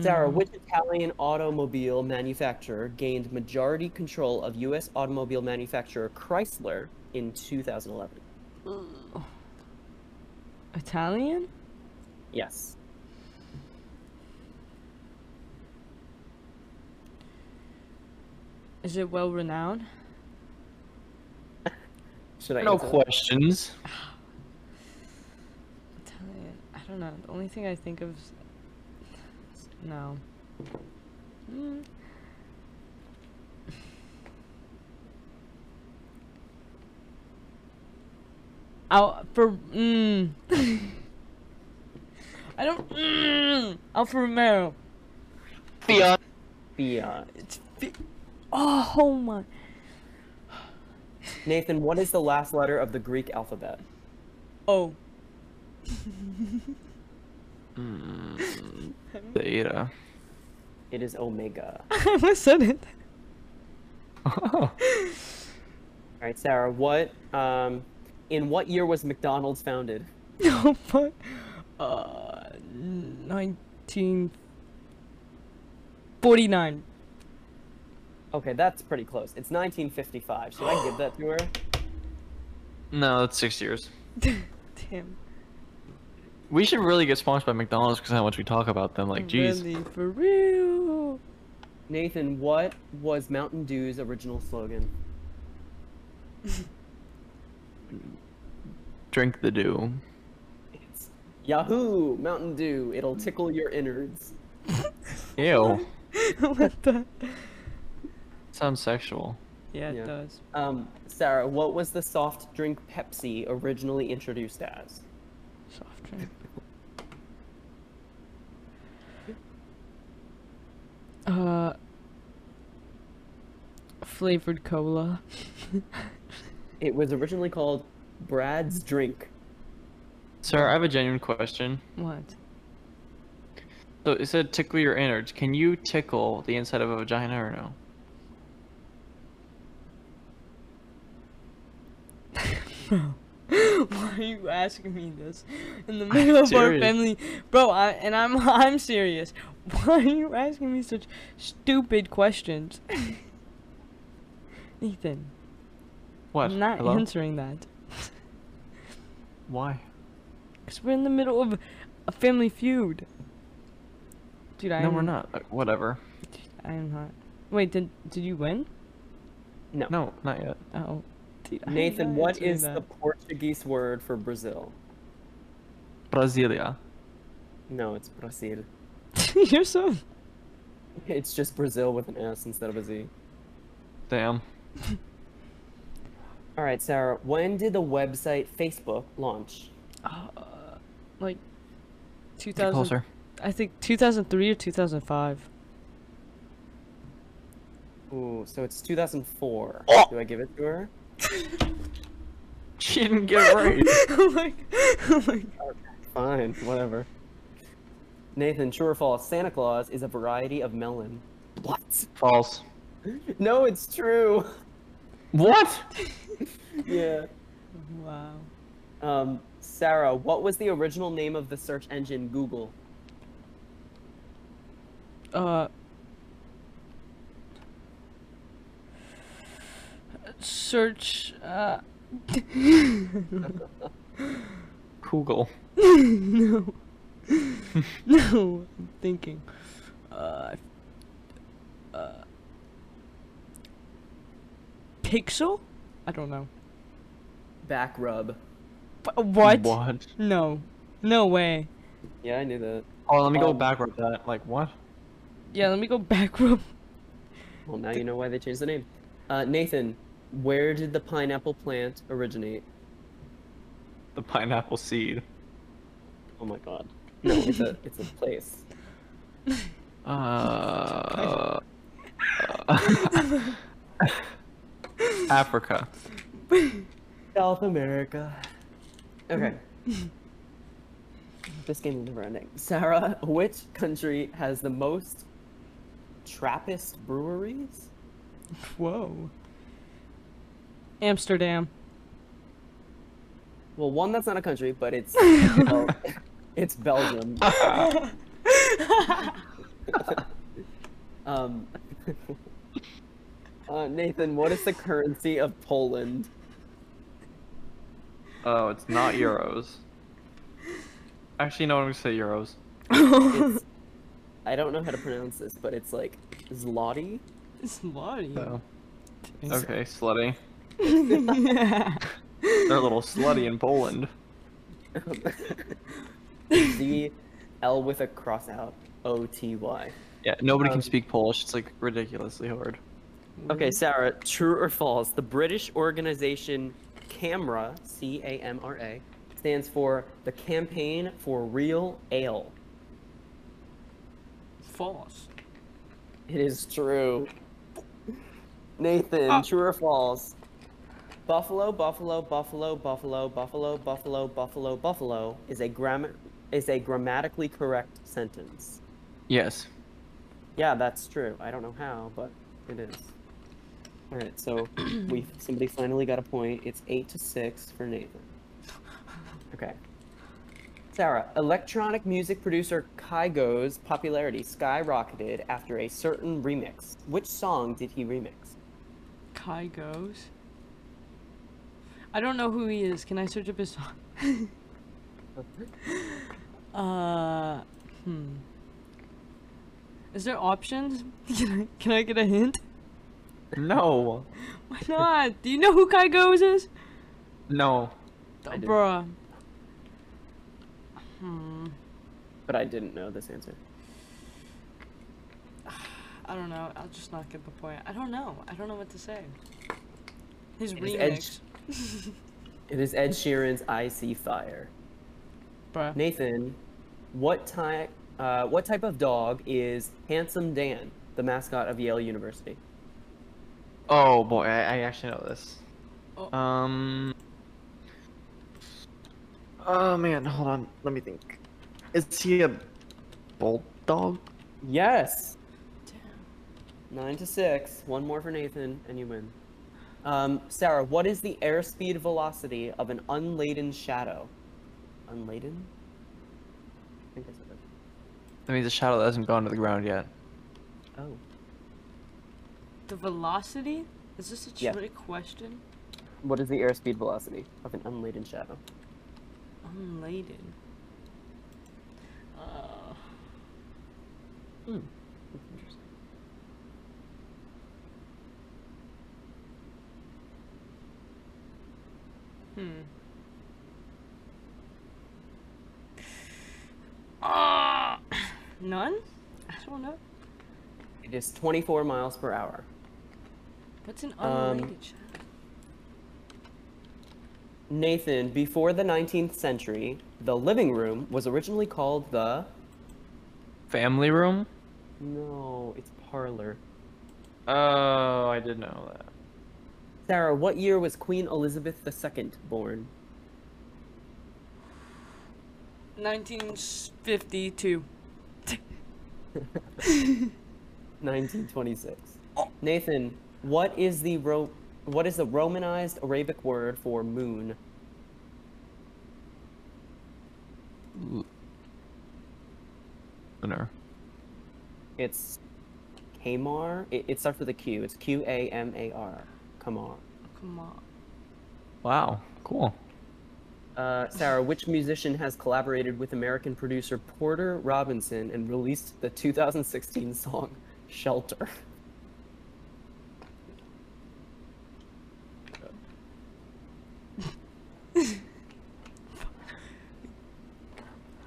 Speaker 3: Sarah,
Speaker 1: Mm.
Speaker 3: which Italian automobile manufacturer gained majority control of U.S. automobile manufacturer Chrysler in 2011?
Speaker 1: Italian?
Speaker 3: Yes.
Speaker 1: Is it well renowned?
Speaker 3: Should I
Speaker 2: No
Speaker 3: answer?
Speaker 2: questions.
Speaker 1: Italian. I don't know. The only thing I think of. Is... No. Mm. Al for mm. I don't mm. Alfa Romero.
Speaker 2: Fiat.
Speaker 3: Fiat.
Speaker 1: It's fi- oh my.
Speaker 3: Nathan, what is the last letter of the Greek alphabet?
Speaker 1: Oh. [LAUGHS]
Speaker 2: Mm, Theta.
Speaker 3: It is Omega. All
Speaker 1: I almost said it. [LAUGHS]
Speaker 3: right, Sarah, what um in what year was McDonald's founded?
Speaker 1: Oh fuck. Uh, nineteen forty-nine.
Speaker 3: Okay, that's pretty close. It's 1955. Should I give that to her?
Speaker 2: [LAUGHS] no, that's six years.
Speaker 1: [LAUGHS] Damn.
Speaker 2: We should really get sponsored by McDonald's because how much we talk about them. Like, jeez.
Speaker 1: Really, for real. [LAUGHS]
Speaker 3: Nathan, what was Mountain Dew's original slogan?
Speaker 2: Drink the dew.
Speaker 3: It's Yahoo! Mountain Dew, it'll tickle your innards.
Speaker 1: [LAUGHS]
Speaker 2: Ew.
Speaker 1: what the?
Speaker 2: Sounds sexual.
Speaker 1: Yeah, it
Speaker 3: Yeah.
Speaker 1: does.
Speaker 3: Um, Sarah, what was the soft drink Pepsi originally introduced as?
Speaker 1: Soft drink.
Speaker 2: [LAUGHS]
Speaker 1: Uh, flavored cola.
Speaker 3: It was originally called Brad's Drink.
Speaker 2: Sarah, I have a genuine question.
Speaker 1: what? [LAUGHS]
Speaker 2: So it said tickle your innards. Can you tickle the inside of a vagina or no?
Speaker 1: Bro, why are you asking me this in the middle of our
Speaker 2: serious.
Speaker 1: family, bro? I, and I'm [LAUGHS] I'm serious. Why are you asking me such stupid questions, [LAUGHS] Ethan?
Speaker 2: What?
Speaker 1: I'm not
Speaker 2: Hello?
Speaker 1: answering that.
Speaker 2: Why?
Speaker 1: Because we're in the middle of a family feud. Dude, I
Speaker 2: no,
Speaker 1: am,
Speaker 2: we're not. Uh, Whatever.
Speaker 1: I am not. Wait, did did you win?
Speaker 2: No, not yet.
Speaker 1: Oh. [LAUGHS] Dude, I am
Speaker 3: Nathan,
Speaker 1: not
Speaker 3: what
Speaker 1: answering
Speaker 3: is the
Speaker 1: that.
Speaker 3: Portuguese word for Brazil?
Speaker 2: Brasilia.
Speaker 3: No, it's Brasil. [LAUGHS]
Speaker 1: You're so.
Speaker 3: It's just Brazil with an S instead of a Z.
Speaker 2: Damn.
Speaker 3: All right, Sarah, when did the website Facebook launch?
Speaker 1: Uh, like. 2000.
Speaker 2: Get closer. [LAUGHS]
Speaker 1: I think 2003 or 2005.
Speaker 3: Ooh, so it's 2004. Do I give it to her?
Speaker 2: She didn't
Speaker 1: [LAUGHS]
Speaker 2: get it right.
Speaker 1: oh my. Oh my.
Speaker 3: Fine, whatever. Nathan, true or false? Santa Claus is a variety of melon. What? [LAUGHS]
Speaker 2: False.
Speaker 3: No, it's true.
Speaker 2: What?
Speaker 3: yeah.
Speaker 1: Wow.
Speaker 3: Um, Sarah, what was the original name of the search engine Google?
Speaker 1: Uh. Search. Uh.
Speaker 2: Google.
Speaker 1: no. no. I'm [LAUGHS] thinking. Uh. Uh. Pixel? I don't know.
Speaker 3: Back rub.
Speaker 1: Wh- What?
Speaker 2: What?
Speaker 1: No. No way.
Speaker 3: Yeah, I knew that.
Speaker 2: Oh, let me go
Speaker 3: Um,
Speaker 2: back with that. Like what?
Speaker 1: Yeah, let me go [LAUGHS] back up.
Speaker 3: Well, now you know why they changed the name. Uh, Nathan, where did the pineapple plant originate?
Speaker 2: The pineapple seed.
Speaker 3: Oh my god. No, it's a it's a place.
Speaker 2: Uh. [LAUGHS] uh, Africa.
Speaker 3: [LAUGHS] South America. Okay. [LAUGHS] this game is never ending. Sarah, which country has the most Trappist breweries?
Speaker 1: Whoa. Amsterdam.
Speaker 3: Well, one that's not a country, but it's Bel- it's Belgium. [LAUGHS] um, [LAUGHS] uh, Nathan, what is the currency of Poland?
Speaker 2: Oh, it's not euros. Actually, no, I'm gonna say euros.
Speaker 3: It's, I don't know how to pronounce this, but it's like zloty. [LAUGHS]
Speaker 1: It's Lottie.
Speaker 2: So. Okay, slutty.
Speaker 1: yeah.
Speaker 2: [LAUGHS] They're a little slutty in Poland.
Speaker 3: Z L with a cross out O T Y.
Speaker 2: Yeah, nobody
Speaker 3: Um,
Speaker 2: can speak Polish. It's like ridiculously hard.
Speaker 3: Okay, Sarah, true or false? The British organization CAMRA, C A M R A, stands for the Campaign for Real Ale.
Speaker 1: [LAUGHS] False.
Speaker 3: It is true. Nathan, Ah. true or false? Buffalo, Buffalo, Buffalo, Buffalo, Buffalo, Buffalo, Buffalo, Buffalo is a grammar is a grammatically correct sentence.
Speaker 2: Yes.
Speaker 3: Yeah, that's true. I don't know how, but it is. All right, so we somebody finally got a point. It's eight to six for Nathan. Okay. Sarah, electronic music producer Kygo's popularity skyrocketed after a certain remix. Which song did he remix?
Speaker 1: Kai goes. I don't know who he is. Can I search up his song? [LAUGHS] uh, hmm. Is there options? [LAUGHS] Can I, can I get a hint?
Speaker 2: No.
Speaker 1: Why [LAUGHS] not? Do you know who Kai goes is?
Speaker 2: No.
Speaker 1: Oh,
Speaker 3: do.
Speaker 1: Bruh. Hmm.
Speaker 3: But I didn't know this answer.
Speaker 1: I don't know. I'll just not get the point. I don't know. I don't know what to say. His
Speaker 3: It is
Speaker 1: remix.
Speaker 3: Edge- It is Ed Sheeran's "I See Fire."
Speaker 1: Bruh.
Speaker 3: Nathan, what type uh, what type of dog is Handsome Dan, the mascot of Yale University?
Speaker 2: Oh boy, I, I actually know this.
Speaker 1: Oh.
Speaker 2: Um. Oh man, hold on. Let me think. Is he a bulldog?
Speaker 3: Yes.
Speaker 1: Damn.
Speaker 3: Nine to six. One more for Nathan, and you win. Um, Sarah, what is the airspeed velocity of an unladen shadow? Unladen? I think I said that.
Speaker 2: That means a shadow that hasn't gone to the ground yet.
Speaker 3: Oh.
Speaker 1: The velocity? Is this a
Speaker 3: Yeah.
Speaker 1: trick question?
Speaker 3: What is the airspeed velocity of an unladen shadow?
Speaker 1: Unladen. Uh,
Speaker 3: Hmm. That's interesting.
Speaker 1: hmm. Ah, none? I don't know.
Speaker 3: It is 24 miles per hour.
Speaker 1: What's an
Speaker 3: Um,
Speaker 1: unrelated shadow?
Speaker 3: Nathan, before the 19th century, the living room was originally called the.
Speaker 2: Family room?
Speaker 3: No, it's parlor.
Speaker 2: Oh, I did know that.
Speaker 3: Sarah, what year was Queen Elizabeth II born?
Speaker 1: [LAUGHS] 1952. Oh,
Speaker 3: 1926. Nathan, what is the Ro- what is the romanized Arabic word for moon?
Speaker 2: Lunar.
Speaker 3: It's Kamar. It, it starts with a Q. It's Q A M A R. Kamar.
Speaker 1: Come on.
Speaker 2: Wow, cool.
Speaker 3: Uh, Sarah, which musician has collaborated with American producer Porter Robinson and released the 2016 song Shelter? [LAUGHS]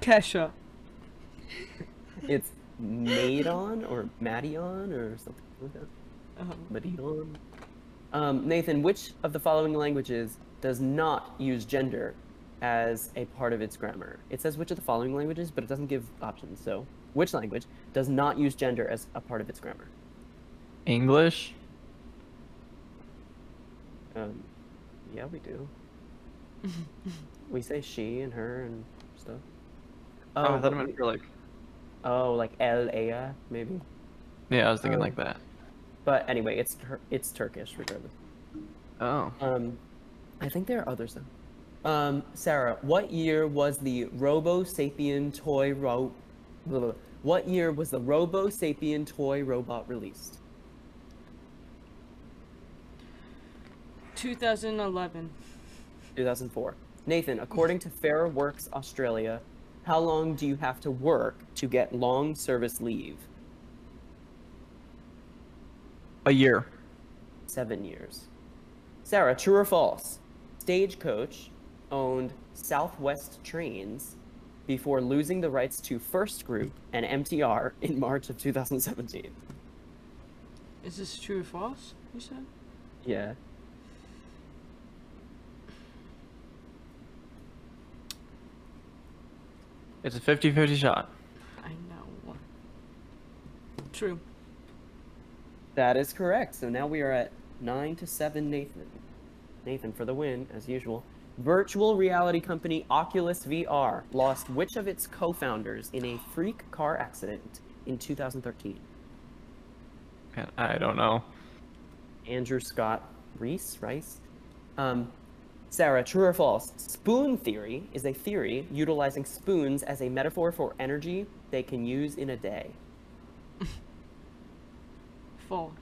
Speaker 1: Kesha.
Speaker 3: It's Madon or Madion or something like that.
Speaker 1: Um,
Speaker 3: Madon. Um, Nathan, which of the following languages does not use gender as a part of its grammar? It says which of the following languages, but it doesn't give options. So, which language does not use gender as a part of its grammar?
Speaker 2: English?
Speaker 3: Um, yeah, we do. we say she and her and stuff.
Speaker 2: Oh, I
Speaker 3: but
Speaker 2: thought it
Speaker 3: we-
Speaker 2: meant for like.
Speaker 3: oh, like El Ea, maybe.
Speaker 2: Yeah, I was thinking
Speaker 3: Oh.
Speaker 2: like that.
Speaker 3: But anyway, it's tur- it's Turkish regardless.
Speaker 2: Oh.
Speaker 3: Um, I think there are others though. Um, Sarah, what year was the Robo Sapien toy ro? blah, blah, blah. What year was the Robo Sapien toy robot released?
Speaker 1: 2011.
Speaker 3: 2004. Nathan, according to Fair Works Australia, how long do you have to work to get long service leave?
Speaker 2: A year.
Speaker 3: Seven years. Sarah, true or false? Stagecoach owned Southwest Trains before losing the rights to First Group and MTR in March of 2017.
Speaker 1: Is this true or false? You said?
Speaker 3: Yeah.
Speaker 2: It's a 50 50 shot.
Speaker 1: I know. True.
Speaker 3: That is correct. So now we are at 9 to 7 Nathan. Nathan for the win as usual. Virtual reality company Oculus VR lost which of its co-founders in a freak car accident in 2013?
Speaker 2: Man, I don't know.
Speaker 3: Andrew Scott Reese, Rice. Um, Sarah, true or false? Spoon theory is a theory utilizing spoons as a metaphor for energy they can use in a day.
Speaker 1: False.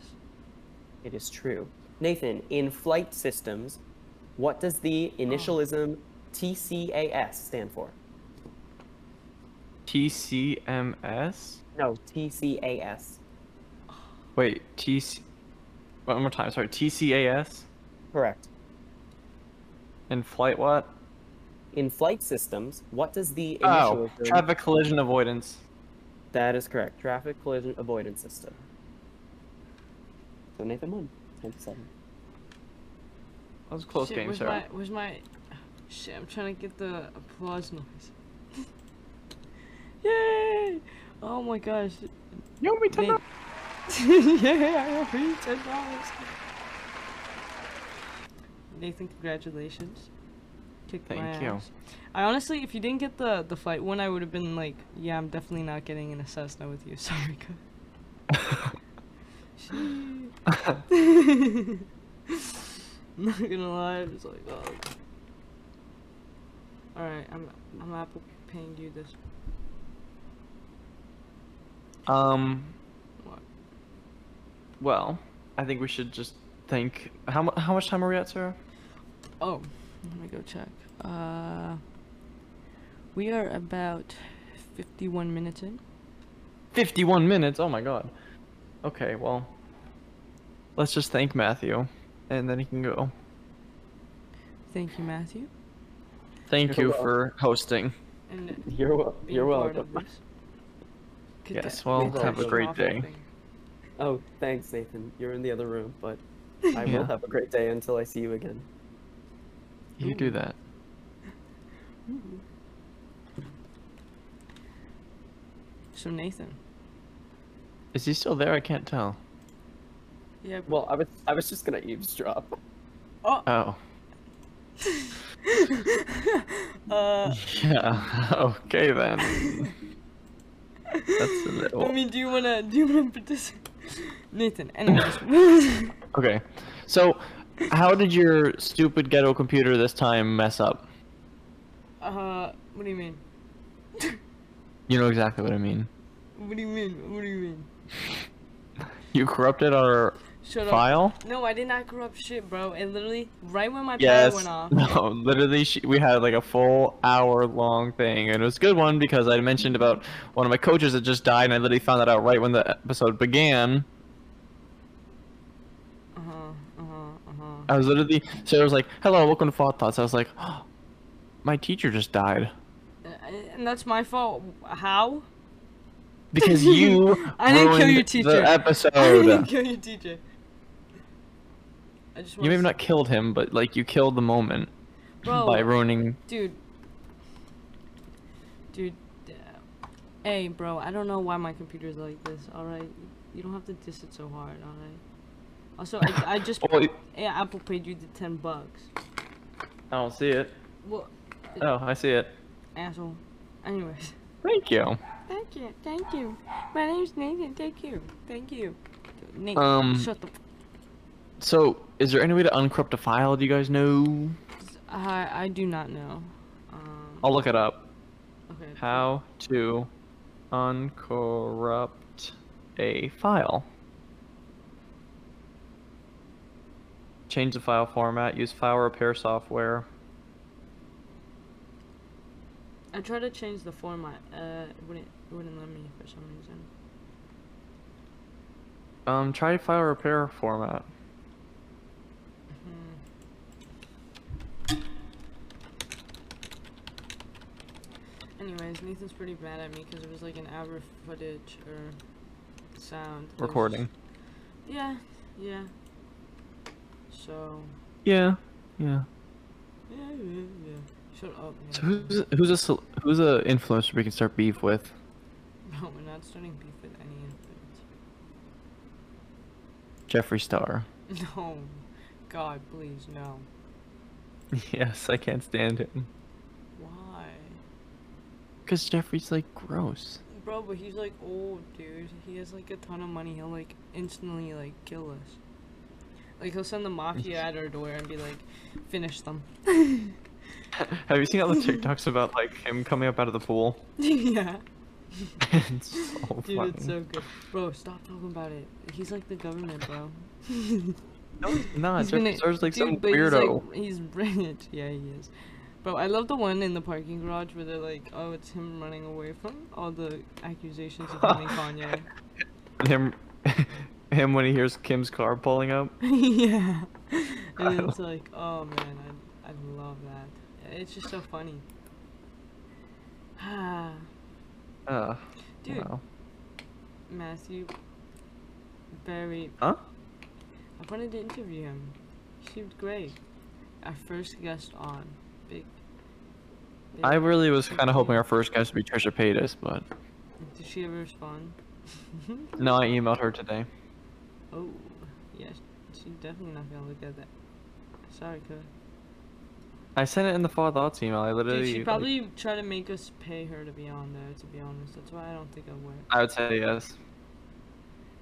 Speaker 3: It is true. Nathan, in flight systems, what does the initialism TCAS stand for?
Speaker 2: TCMS?
Speaker 3: No, TCAS.
Speaker 2: Wait, TC. One more time. Sorry, TCAS?
Speaker 3: Correct.
Speaker 2: And flight what?
Speaker 3: In flight systems, what does the
Speaker 2: Oh,
Speaker 3: initialism?
Speaker 2: traffic collision avoidance.
Speaker 3: That is correct. Traffic collision avoidance system. So Nathan won. 10 to 7.
Speaker 2: That was a close
Speaker 1: Shit,
Speaker 2: game,
Speaker 1: where's
Speaker 2: sir.
Speaker 1: My, where's my. Shit, I'm trying to get the applause noise. [LAUGHS] Yay! Oh my gosh.
Speaker 2: You owe me [LAUGHS]
Speaker 1: Nate-
Speaker 2: $10.
Speaker 1: yeah, I owe you ten dollars. Nathan, congratulations. Kicked my
Speaker 2: Thank you.
Speaker 1: ass. I honestly, if you didn't get the the flight one, I would have been like, yeah, I'm definitely not getting in a Cessna with you. [LAUGHS] Sorry, guys. [LAUGHS] not gonna lie, I was like, oh. All right, I'm I'm Apple paying you this.
Speaker 2: Um,
Speaker 1: What?
Speaker 2: well, I think we should just think. How, mu- how much time are we at, Sarah?
Speaker 1: Oh, let me go check. Uh, we are about 51 minutes in.
Speaker 2: 51 minutes. Oh my god. Okay, well, let's just thank Matthew, and then he can go.
Speaker 1: Thank you, Matthew.
Speaker 2: Thank
Speaker 3: You're
Speaker 2: you
Speaker 3: welcome.
Speaker 2: for hosting.
Speaker 1: And
Speaker 3: You're wel-
Speaker 1: being
Speaker 3: you're
Speaker 1: part
Speaker 3: welcome.
Speaker 1: of this. Good
Speaker 2: Yes,
Speaker 1: day.
Speaker 2: well,
Speaker 1: Good
Speaker 3: have a
Speaker 1: day.
Speaker 2: great
Speaker 1: Awful
Speaker 2: day.
Speaker 1: thing.
Speaker 3: Oh, thanks, Nathan. You're in the other room, but I will
Speaker 2: Yeah.
Speaker 3: have a great day until I see you again.
Speaker 2: You do that.
Speaker 1: So Nathan.
Speaker 2: Is he still there? I can't tell.
Speaker 1: Yeah.
Speaker 3: Well, I was I was just gonna eavesdrop.
Speaker 1: Oh.
Speaker 2: Oh.
Speaker 1: [LAUGHS]
Speaker 2: [LAUGHS]
Speaker 1: uh,
Speaker 2: Yeah. Okay then. That's a little.
Speaker 1: I mean, do you wanna do you wanna participate? [LAUGHS] Nathan. Anyways.
Speaker 2: Okay. So, how did your stupid ghetto computer this time mess up?
Speaker 1: uh, what do you mean? [LAUGHS]
Speaker 2: You know exactly what I mean.
Speaker 1: What do you mean? What do you mean?
Speaker 2: You corrupted our
Speaker 1: Shut up.
Speaker 2: file?
Speaker 1: No, I did not corrupt shit, bro. It literally right when my power
Speaker 2: Yes.
Speaker 1: went off.
Speaker 2: [LAUGHS] No, literally, she, we had like a full hour long thing, and it was a good one because I mentioned about one of my coaches that just died, and I literally found that out right when the episode began.
Speaker 1: Uh huh. Uh huh. Uh huh.
Speaker 2: I was literally, Sarah was like, hello, welcome to Thought Thoughts. I was like, oh, my teacher just died.
Speaker 1: Uh, And that's my fault. How? [LAUGHS]
Speaker 2: Because you
Speaker 1: I didn't kill
Speaker 2: ruined
Speaker 1: your teacher. [LAUGHS]
Speaker 2: The
Speaker 1: I didn't
Speaker 2: episode.
Speaker 1: kill your teacher. I just
Speaker 2: you
Speaker 1: wanna
Speaker 2: maybe
Speaker 1: s-
Speaker 2: not killed him, but like you killed the moment
Speaker 1: Bro,
Speaker 2: by ruining.
Speaker 1: dude. Dude. uh, Hey, bro. I don't know why my computer's like this. All right, you don't have to diss it so hard. All right. Also, I, I
Speaker 2: [LAUGHS]
Speaker 1: just
Speaker 2: Oh, it-
Speaker 1: Hey, Apple paid you the ten bucks.
Speaker 2: I don't see it.
Speaker 1: What,
Speaker 2: Oh, I see it.
Speaker 1: asshole? Anyways.
Speaker 2: Thank you.
Speaker 1: Thank you, thank you. My name's Nathan. Thank you, thank you. Nate,
Speaker 2: Um,
Speaker 1: shut the. F-
Speaker 2: So, is there any way to uncorrupt a file? Do you guys know?
Speaker 1: I I do not know. Um,
Speaker 2: I'll look it up.
Speaker 1: okay. cool.
Speaker 2: Oh, How to uncorrupt a file. Change the file format, use file repair software.
Speaker 1: I tried to change the format. Uh, it wouldn't it wouldn't let me for some reason.
Speaker 2: Um, try file repair format.
Speaker 1: Hmm. Anyways, Nathan's pretty mad at me because it was like an hour of footage or sound. that was
Speaker 2: Recording.
Speaker 1: just- Yeah, yeah. So
Speaker 2: Yeah, yeah.
Speaker 1: yeah, yeah, yeah. Shut up.
Speaker 2: So
Speaker 1: Nathan.
Speaker 2: who's who's a cel- who's a influencer we can start beef with?
Speaker 1: [LAUGHS] No, we're not starting beef with any influence.
Speaker 2: Jeffree Star.
Speaker 1: [LAUGHS] No. God, please, no.
Speaker 2: [LAUGHS] yes, I can't stand him.
Speaker 1: Why?
Speaker 2: Cause Jeffree's like gross.
Speaker 1: Bro, but he's like old, dude. He has like a ton of money. He'll like instantly like kill us. Like he'll send the mafia at our door and be like, finish them.
Speaker 2: [LAUGHS]
Speaker 1: [LAUGHS]
Speaker 2: Have you seen all the TikToks about like him coming up out of the pool? [LAUGHS]
Speaker 1: yeah.
Speaker 2: it's so
Speaker 1: Dude,
Speaker 2: funny.
Speaker 1: it's so good. Bro, stop talking about it. He's like the government, bro. [LAUGHS]
Speaker 2: No, he's not.
Speaker 1: He's
Speaker 2: Jeff
Speaker 1: gonna-
Speaker 2: Bezos is, like some
Speaker 1: but
Speaker 2: weirdo.
Speaker 1: He's, like, he's rich. [LAUGHS] Yeah, he is. Bro, I love the one in the parking garage where they're like, oh, it's him running away from all the accusations of him and
Speaker 2: [LAUGHS]
Speaker 1: Kanye. [LAUGHS]
Speaker 2: And him, [LAUGHS] him when he hears Kim's car pulling up. [LAUGHS]
Speaker 1: yeah. And
Speaker 2: Kyle.
Speaker 1: it's like, oh man, I, I love that. It's just so funny. [SIGHS] Ah,
Speaker 2: Uh,
Speaker 1: Dude,
Speaker 2: wow.
Speaker 1: Matthew. Very.
Speaker 2: Huh?
Speaker 1: I wanted to interview him. He seemed great. Our first guest on. Big. big-
Speaker 2: I really was kind of
Speaker 1: Thank
Speaker 2: hoping
Speaker 1: you.
Speaker 2: our first guest would be Trisha Paytas, but
Speaker 1: Did she ever respond? [LAUGHS]
Speaker 2: no, I emailed her today.
Speaker 1: Oh, yes. She's definitely not gonna look at that. Sorry, Cook.
Speaker 2: I sent it in the Fall Thoughts email. I literally.
Speaker 1: Dude, she
Speaker 2: like-
Speaker 1: probably try to make us pay her to be on there, to be honest. That's why I don't think it'll work.
Speaker 2: I would say yes.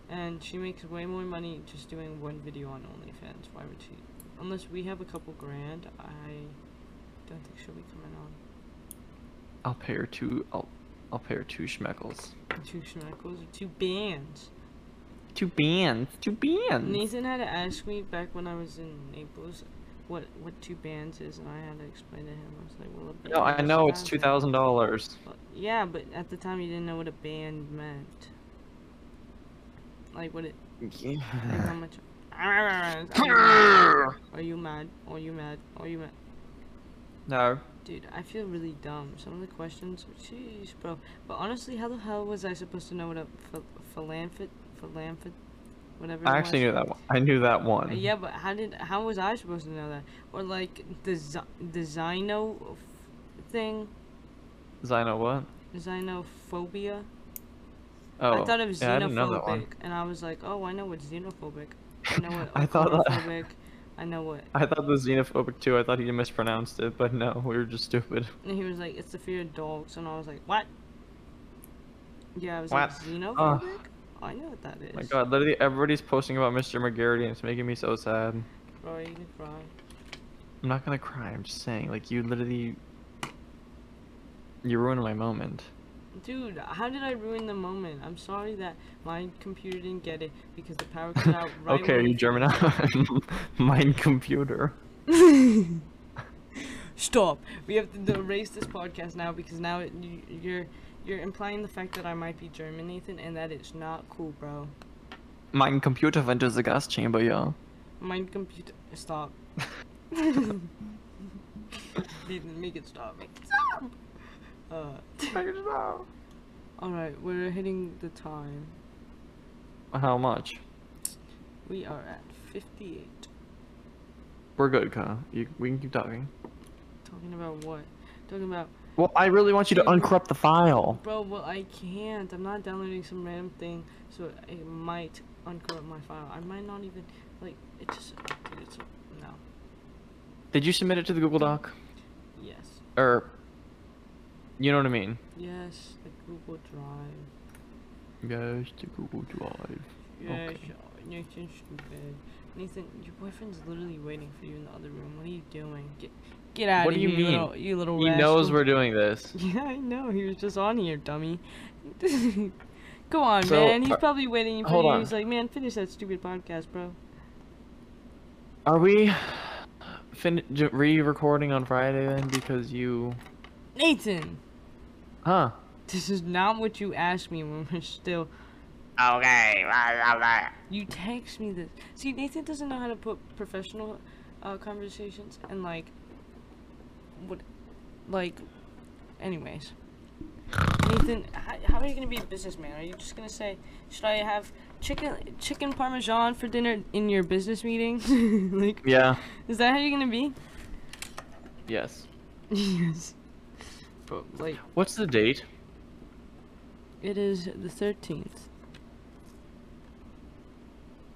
Speaker 1: And she makes way more money just doing one video on OnlyFans. Why would she? Unless we have a couple grand, I don't think she'll be coming on.
Speaker 2: I'll pay her two. I'll, I'll pay her two schmeckles.
Speaker 1: Two schmeckles or two bands.
Speaker 2: Two bands. Two bands.
Speaker 1: Nathan had to ask me back when I was in Naples what what two bands is, and I had to explain to him. I was like, well, a band
Speaker 2: No, I
Speaker 1: is
Speaker 2: know it's two
Speaker 1: five
Speaker 2: thousand dollars.
Speaker 1: Well, yeah, but at the time you didn't know what a band meant. Like what it like how
Speaker 2: [LAUGHS]
Speaker 1: much Are you mad? Are you mad? Are you mad?
Speaker 2: No.
Speaker 1: Dude, I feel really dumb. Some of the questions jeez bro. But honestly, how the hell was I supposed to know what a ph- philanthropic philanthropic whatever
Speaker 2: I
Speaker 1: it
Speaker 2: actually
Speaker 1: was?
Speaker 2: knew that one. I knew that one.
Speaker 1: Yeah, but how did how was I supposed to know that? Or like the Z- the xeno f- thing,
Speaker 2: Xeno what?
Speaker 1: xenophobia.
Speaker 2: Oh.
Speaker 1: I thought it was
Speaker 2: yeah, I didn't know that one.
Speaker 1: xenophobic, and I was like, oh, I know what's xenophobic. I
Speaker 2: [LAUGHS]
Speaker 1: know what
Speaker 2: I thought that-
Speaker 1: homophobic. I know what.
Speaker 2: I thought it was xenophobic too. I thought he mispronounced it, but no, we were just stupid.
Speaker 1: And he was like, it's the fear of dogs, and I was like, what? Yeah, I was
Speaker 2: What?
Speaker 1: like,
Speaker 2: Ugh.
Speaker 1: xenophobic. I know what that is.
Speaker 2: Oh My God, literally everybody's posting about Mr. McGarity, and it's making me so sad.
Speaker 1: Bro, you can cry.
Speaker 2: I'm not gonna cry. I'm just saying, like you literally, you ruined my moment.
Speaker 1: Dude, how did I ruin the moment? I'm sorry that my computer didn't get it because the power cut
Speaker 2: [LAUGHS]
Speaker 1: out right.
Speaker 2: okay, are
Speaker 1: when
Speaker 2: you
Speaker 1: it-
Speaker 2: German? [LAUGHS] Mine computer.
Speaker 1: Stop. We have to d- erase this podcast now because now it, you, you're you're implying the fact that I might be German, Nathan, and that it's not cool, bro.
Speaker 2: Mine computer went to the gas
Speaker 1: [LAUGHS]
Speaker 2: chamber, yeah.
Speaker 1: My computer. Stop. Nathan, make it stop. Make it stop. Uh, all right, we're hitting the time.
Speaker 2: How much?
Speaker 1: We are at 58.
Speaker 2: We're good, Kyle. You, we can keep talking.
Speaker 1: Talking about what? Talking about
Speaker 2: Well, I really want you to
Speaker 1: Yeah, but-
Speaker 2: uncorrupt the file.
Speaker 1: Bro, well, I can't. I'm not downloading some random thing, so it might uncorrupt my file. I might not even like it. Just dude, it's no.
Speaker 2: Did you submit it to the Google Doc?
Speaker 1: Yes,
Speaker 2: Or, you know what I mean?
Speaker 1: yes. The Google Drive.
Speaker 2: Yes, the Google Drive.
Speaker 1: Yes.
Speaker 2: Okay.
Speaker 1: oh, Nathan's stupid. Nathan, your boyfriend's literally waiting for you in the other room. What are you doing? Get get out
Speaker 2: What
Speaker 1: of
Speaker 2: do
Speaker 1: here,
Speaker 2: you
Speaker 1: you
Speaker 2: mean?
Speaker 1: little you little.
Speaker 2: He knows
Speaker 1: rascal. [LAUGHS]
Speaker 2: we're doing this.
Speaker 1: Yeah, I know. He was just on here, dummy. [LAUGHS] Go on,
Speaker 2: So,
Speaker 1: man. He's
Speaker 2: uh,
Speaker 1: probably waiting for
Speaker 2: hold
Speaker 1: you.
Speaker 2: on.
Speaker 1: He's like, man, finish that stupid podcast, bro.
Speaker 2: Are we fin- j- re-recording on Friday then? Because you,
Speaker 1: Nathan.
Speaker 2: huh?
Speaker 1: This is not what you asked me when we're still.
Speaker 4: Okay, blah, blah, blah.
Speaker 1: You text me this. See, Nathan doesn't know how to put professional uh, conversations and like. What, like, anyways. Nathan, how, how are you gonna be a businessman? Are you just gonna say, should I have chicken chicken parmesan for dinner in your business meeting? [LAUGHS] like,
Speaker 2: Yeah.
Speaker 1: is that how you're gonna be? [LAUGHS]
Speaker 2: Yes.
Speaker 1: yes. But like,
Speaker 2: What's the date?
Speaker 1: it is the thirteenth.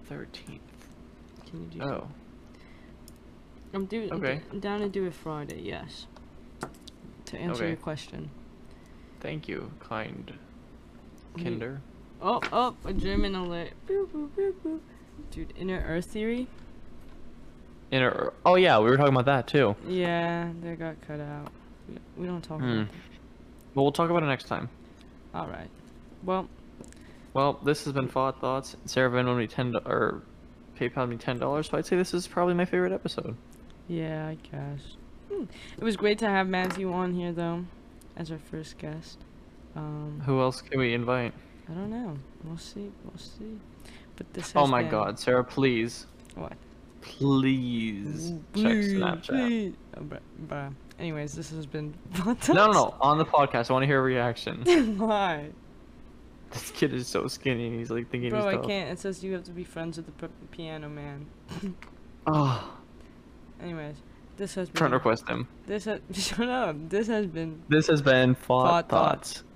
Speaker 2: Thirteenth.
Speaker 1: Can you do?
Speaker 2: Oh.
Speaker 1: I'm doing.
Speaker 2: Okay.
Speaker 1: I'm down to do it Friday. Yes. To answer
Speaker 2: Okay.
Speaker 1: your question.
Speaker 2: Thank you, kind
Speaker 1: Mhm.
Speaker 2: Kinder.
Speaker 1: Oh, oh, a German alert. Boop, boop, boop, boop. Dude, inner Earth theory.
Speaker 2: Inter- oh yeah, we were talking about that too.
Speaker 1: Yeah, they got cut out. We- We don't talk.
Speaker 2: Hmm.
Speaker 1: about
Speaker 2: Well, we'll talk about it next time.
Speaker 1: that. All right. Well,
Speaker 2: Well, this has been Fought Thoughts. Sarah Van loaned me ten do- or PayPal me ten dollars, so I'd say this is probably my favorite episode.
Speaker 1: yeah, I guess. Hmm. It was great to have Matthew on here though, as our first guest. Um,
Speaker 2: Who else can we invite?
Speaker 1: I don't know. We'll see. We'll see. But this.
Speaker 2: oh
Speaker 1: has
Speaker 2: my
Speaker 1: been-
Speaker 2: God, Sarah, please,
Speaker 1: What?
Speaker 2: please check Snapchat.
Speaker 1: Oh, bruh, bruh. Anyways, this has been. [LAUGHS]
Speaker 2: No, no, no, on the podcast. I want to hear a reaction.
Speaker 1: [LAUGHS] Why?
Speaker 2: this kid is so skinny, and he's like thinking
Speaker 1: Bro,
Speaker 2: he's
Speaker 1: I
Speaker 2: tough.
Speaker 1: can't. It says you have to be friends with the p- piano man.
Speaker 2: Oh,
Speaker 1: Anyways, this has been.
Speaker 2: friend request him.
Speaker 1: This has. [LAUGHS] Shut up. This has been.
Speaker 2: This has been Fought
Speaker 1: Fought Thoughts.
Speaker 2: Thoughts.